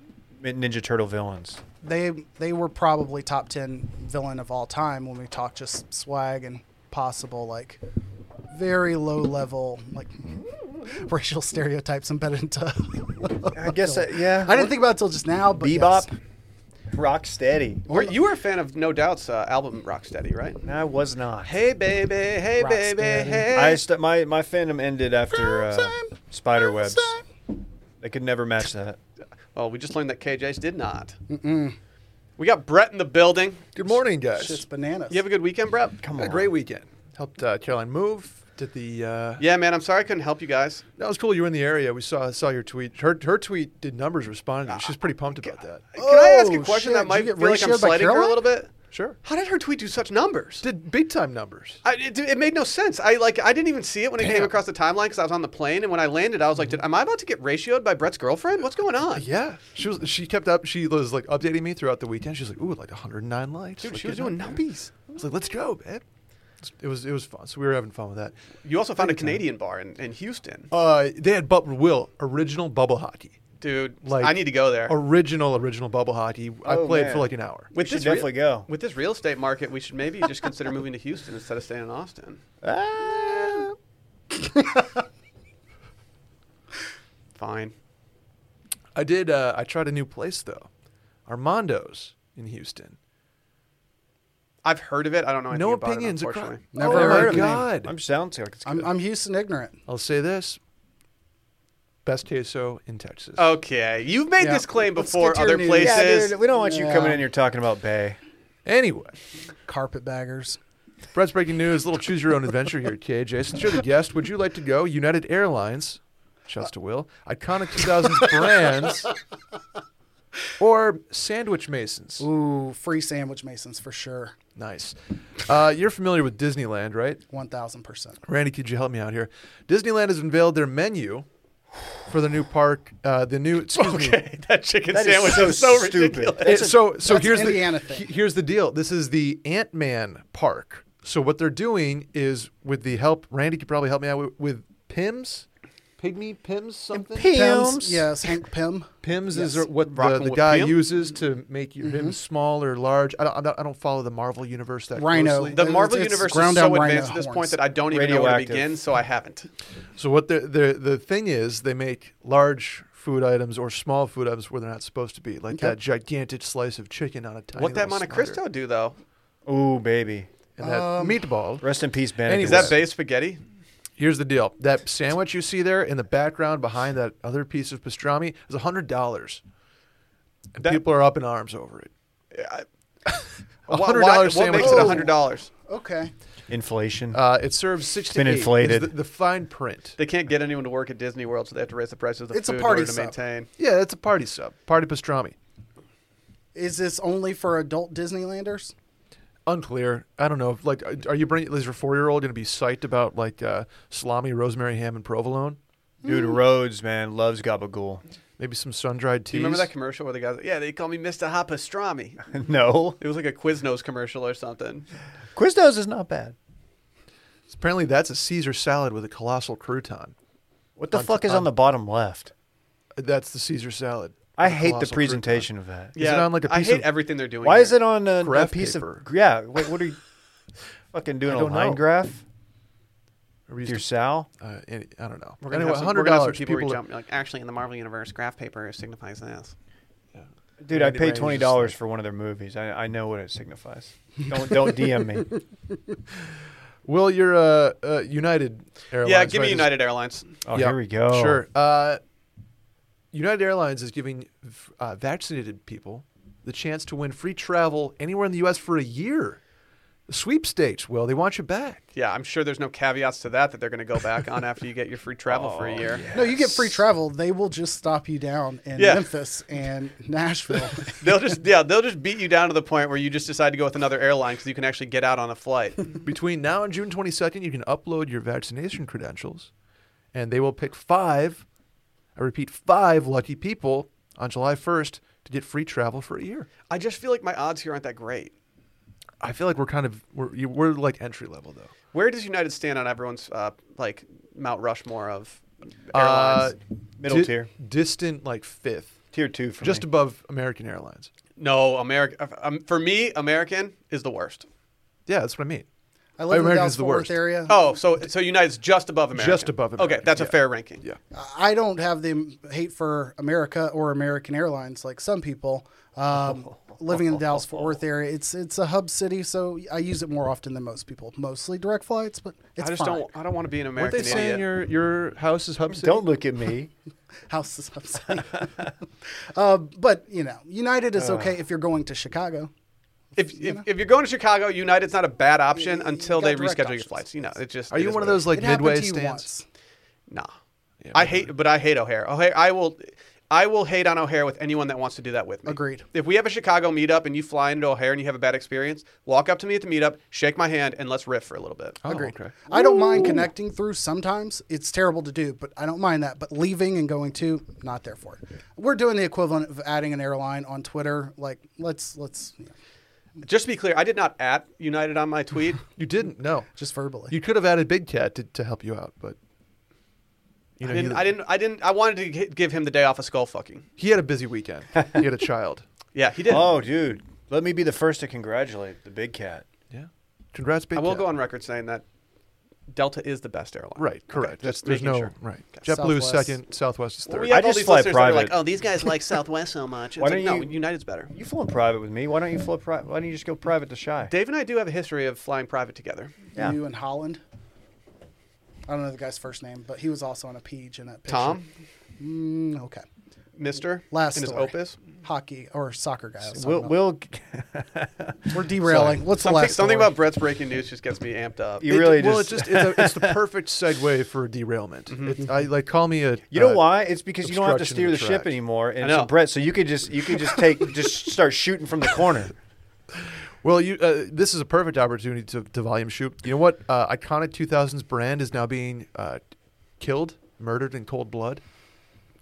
Ninja Turtle villains. they they were probably top 10 villain of all time when we talk just swag and possible like very low level like racial stereotypes embedded into I guess. That, yeah. I didn't think about it till just now but Bebop, yes. Rocksteady. Were, you were a fan of No Doubt's uh, album Rocksteady, right? No, I was not. Hey baby, hey baby, Rocksteady. hey. I st- my my fandom ended after uh, spider webs. They could never match that. Well, oh, we just learned that KJ's did not. Mm-mm. We got Brett in the building. Good morning, guys. shit's bananas You have a good weekend, Brett? Come Had on. a great weekend. Helped uh, Caroline move. Did the uh, Yeah, man, I'm sorry I couldn't help you guys. that was cool. You were in the area. We saw saw your tweet. Her her tweet did numbers responded. to. She's pretty pumped about that. Can I ask a Oh, question shit, that did might you get feel like I'm ratioed by slighting her a Caroline? little bit? Sure. How did her tweet do such numbers? Did big time numbers. I, it, it made no sense. I like I didn't even see it when it came Damn. across the timeline because I was on the plane and when I landed I was like, did, am I about to get ratioed by Brett's girlfriend? What's going on? Yeah. She was she kept up. She was like updating me throughout the weekend. She was like, ooh, like 109 likes. Dude, Like, she was good doing night. numbies. I was like, let's go, man. It was it was fun. So we were having fun with that. You also found a Canadian bar in, in Houston, Uh, they had but Will original bubble hockey. dude. Like I need to go there. Original original bubble hockey. I Oh, played man. for like an hour. With should real- definitely go. With this real estate market, we should maybe just consider moving to Houston instead of staying in Austin. Ah. Fine. I did. Uh, I tried a new place though, Armando's in Houston. I've heard of it. I don't know anything no about opinions it, across. unfortunately. Never oh heard of the my name. god! I'm sounds like it's good. I'm, I'm Houston ignorant I'll say this: best queso in Texas. Okay, you've made Yeah. this claim Let's before get to your other news. places. yeah, dude, we don't want you Yeah. coming in here talking about Bay. Anyway, carpetbaggers Brett's breaking news. Little choose your own adventure here, KJ. Since you're the guest, would you like to go? United Airlines, shouts to Will, iconic 2000s brands, or sandwich masons. ooh free sandwich masons for sure Nice. Uh, you're familiar with Disneyland, right? 1000% Randy, could you help me out here? Disneyland has unveiled their menu for the new park. Uh, the new excuse me. Okay, that chicken That is sandwich so is so stupid. ridiculous. It- so so that's here's Indiana the thing. he- here's the deal. This is the Ant Man Park. So what they're doing is with the help. Randy could probably help me out with, with Pims, Pygmy Pims something. Pims, yes Hank Pym Pims is Yes. what the, Rockin' the with guy Pim? uses to make your Mm-hmm. him small or large. I don't, I don't I don't follow the Marvel universe that Rhino. closely. The It's- Marvel it's universe is ground so down rhino advanced at this point horns. that I don't even know where to Radioactive. begin, so I haven't. So what the the the thing is, they make large food items or small food items where they're not supposed to be, like that gigantic slice of chicken on a tiny. What that little Monte slider. Cristo Um, do though? Ooh, baby. and that meatball. Rest in peace, Benedict. Is Anyway. that bay spaghetti? Here's the deal: that sandwich you see there in the background behind that other piece of pastrami is hundred dollars, and That- people are up in arms over it. Why- A why- hundred dollar What sandwich. makes it hundred dollars? okay Inflation. Uh, it serves six to been eight. It's inflated. The, the fine print. They can't get anyone to work at Disney World, so they have to raise the prices of the It's a food party in order to sub. maintain. Yeah, it's a party sub, party pastrami. is this only for adult Disneylanders Unclear. I don't know. Like, are- are you bringing? Is your four-year-old going to be psyched about like uh, salami, rosemary ham, and provolone? Dude, mm. Rhodes, man, loves Gabagool. Maybe some sun-dried teas. Do you remember that commercial where the guys? Yeah, they call me Mr. Hot Pastrami. no. It was like a Quiznos commercial or something. Quiznos is not bad. Apparently, that's a Caesar salad with a colossal crouton. What the fuck is on the bottom left? That's the Caesar salad. I with a hate the colossal presentation of that. it on like a I piece hate of- everything they're doing. Why is here. it on a, a Graph piece paper. of yeah? Wait, what are you? crouton. Fucking doing I a don't line know. graph Or with we used your to- Sal. uh, any- I don't know. We're gonna anyway, have some, we're hundred gonna have some dollars. people, People, reach out and be like, actually, in the Marvel universe, graph paper signifies this. Dude, Yeah, I paid anybody's just twenty dollars like- for one of their movies. I, I know what it signifies. Don't don't DM me. Will your uh, uh, United Airlines? yeah, give me right, is- United Airlines. Oh, Yeah, here we go. Sure. Uh, United Airlines is giving uh, vaccinated people the chance to win free travel anywhere in the U.S. for a year. The sweepstakes. Well, they want you back. Yeah, I'm sure there's no caveats to that that they're going to go back on after you get your free travel for a year. No, you get free travel. They will just stop you down in Yeah. Memphis and Nashville. They'll just yeah, they'll just beat you down to the point where you just decide to go with another airline because you can actually get out on a flight. Between now and June 22nd, you can upload your vaccination credentials, and they will pick five. I repeat, five lucky people on July 1st to get free travel for a year. I just feel like my odds here aren't that great. I feel like we're kind of we're you- we're like entry level though. Where does United stand on everyone's uh, like Mount Rushmore of Uh, airlines? Middle di- tier. distant like fifth, Tier two for just me. above American Airlines. no, America. Um, for me, American is the worst. Yeah, that's what I mean. I live in the America's Dallas the Fort Worth worst. area. Oh, so so United's just above American. Just above Okay, American, that's a yeah. fair ranking. Yeah. I don't have the hate for America or American Airlines like some people. Um, living in the Dallas Fort Worth area, it's it's a hub city, so I use it more often than most people. Mostly direct flights, but it's I just fine. don't. I don't want to be an Weren't American they saying idiot. your your house is hub city? Don't look at me. House is hub city. uh, but you know, United is okay if you're going to Chicago. if, if, if you're going to Chicago, United's not a bad option you until got they direct reschedule your options. flights. You know, it's just. Are it you is one of what it those like it happened to midway you stands? once. Nah. I hate, but I hate O'Hare. O'Hare, I will, I will hate on O'Hare with anyone that wants to do that with me. Agreed. If we have a Chicago meetup and you fly into O'Hare and you have a bad experience, walk up to me at the meetup, shake my hand, and let's riff for a little bit. Oh, okay. I don't mind connecting through sometimes. It's terrible to do, but I don't mind that. But leaving and going to, not there for it. We're doing the equivalent of adding an airline on Twitter. Like, let's let's you know, Just to be clear, I did not at United on my tweet. You didn't. No. just verbally. You could have added Big Cat to, to help you out, but I you know didn't. he, I didn't. I didn't. I wanted to gi- give him the day off of skull fucking. he had a busy weekend. he had a child. Yeah, he did. Oh, dude. Let me be the first to congratulate the big cat. Yeah. Congrats, Big I will Cat. go on record saying that Delta is the best airline. Right. Correct. That's just there's making no sure. right. JetBlue is Southwest. second. Southwest is third. Well, we have I all just these fly listeners that are like, private. oh, these guys like Southwest so much. It's Why like, don't no, you- United's better. You flew in private with me. Why don't you fly? Pri- why don't you just go private to shy? Dave and I do have a history of flying private together. Yeah. You in Holland. I don't know the guy's first name, but he was also on a page in that picture. Tom, Mm, okay. Mister, Last in his story. opus. Hockey or soccer guy. I was Will, talking will about. We're derailing. What's the Something, last something story? about Brett's breaking news just gets me amped up. You really well, just- it's just it's, a, it's the perfect segue for a derailment. It's, I like call me a. you know uh, why? It's because you don't have to obstruction steer of the the ship tracks. anymore. And I know. so Brett, so you could just you could just take just start shooting from the corner. Well, you uh, this is a perfect opportunity to, to volume shoot. You know what? Uh, iconic 2000s brand is now being uh, killed, murdered in cold blood.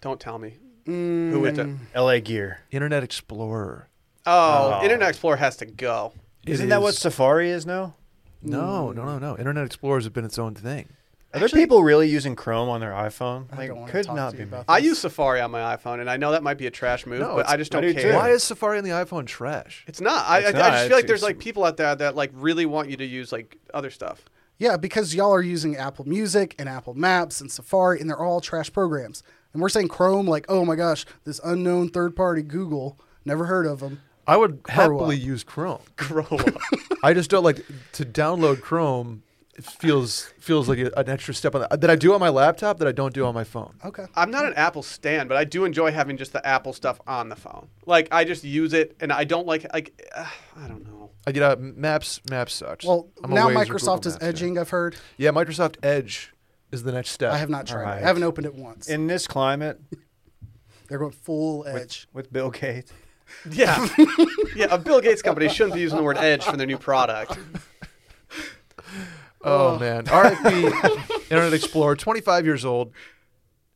Don't tell me. Mm. Who is it? L.A. Gear. Internet Explorer. Oh, Oh. Internet Explorer has to go. It Isn't that what is- Safari is now? No, no, no, no. Internet Explorer's have been its own thing. Are there people really using Chrome on their iPhone? I Like, don't wanna could talk not to be. you about I this. use Safari on my iPhone, and I know that might be a trash move, No, but it's- I just don't I do care. too. Why is Safari on the iPhone trash? It's not. I, It's I, I not. just feel like It's- there's like it's- people out there that like really want you to use like other stuff. Yeah, because y'all are using Apple Music and Apple Maps and Safari, and they're all trash programs. And we're saying Chrome, like, oh my gosh, this unknown third party Google, never heard of them. I would happily up. use Chrome. Grow up. I just don't like to download Chrome. It feels feels like a, an extra step on that that I do on my laptop that I don't do on my phone. Okay. I'm not an Apple stan, but I do enjoy having just the Apple stuff on the phone. Like I just use it, and I don't like like uh, I don't know. I get out Maps. Maps sucks. Well, I'm a now Waze or Microsoft Google is Maps guy. edging, I've heard. Yeah, Microsoft Edge is the next step. I have not tried right. it. I haven't opened it once. in this climate they're going full edge. with Bill Gates? Yeah, yeah. A Bill Gates company shouldn't be using the word edge for their new product. Oh, man, RFP Internet Explorer, 25 years old,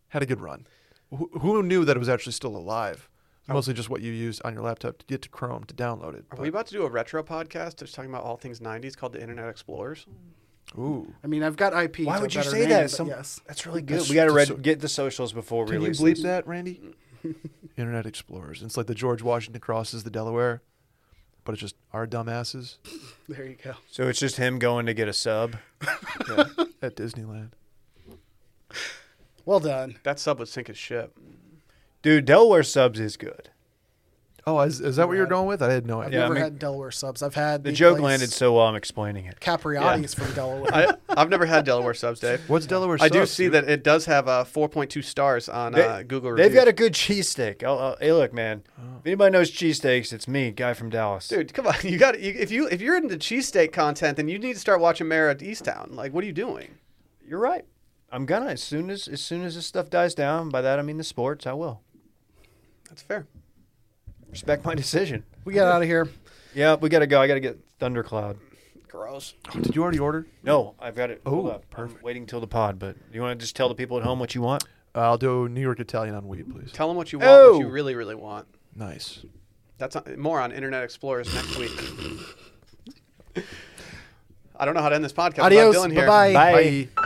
had a good run. Who, who knew that it was actually still alive? It's Mostly just what you used on your laptop to get to Chrome to download it. Are we about to do a retro podcast just talking about all things 90s called the Internet Explorers? but- Ooh, I mean, I've got IP. Why to a would you better say name, that? but Some, yes. That's really good. That's- we got to that's read so- get the socials before we can you release. bleep this. that, Randy? Internet Explorers. It's like the George Washington crosses the Delaware, but it's just our dumbasses There you go. So it's just him going to get a sub. yeah, at Disneyland. Well done. That sub would sink his ship. Dude, Delaware subs is good. Oh, is, is that what you're going with? I had no I've idea. Yeah, I never mean- had Delaware subs. I've had The joke place landed so well, I'm explaining it. Capriati's from Delaware. I, I've never had Delaware subs, Dave. What's Delaware? I do subs, see dude? that it does have uh, 4.2 stars on They- uh, Google reviews. They've got a good cheesesteak. Oh, oh, hey, look, man. If anybody knows cheesesteaks, it's me, guy from Dallas. Dude, come on! You got you, if you if you're into cheesesteak content, then you need to start watching Mara at Easttown. Like, what are you doing? you're right. I'm gonna as soon as as soon as this stuff dies down. By that I mean the sports. I will That's fair. respect my decision. we get out of here. Yeah, we gotta go. I gotta get thundercloud. Gross. Oh, did you already order? No, I've got it. Hold Oh, up. I'm waiting till the pod, but you want to just tell the people at home what you want? Uh, I'll do New York Italian on wheat, please. Tell them what you want. What you Oh. really, really want. Nice. That's on, more on Internet Explorers next week. I don't know how to end this podcast. without Adios. Dylan here. Bye-bye. Bye. Bye.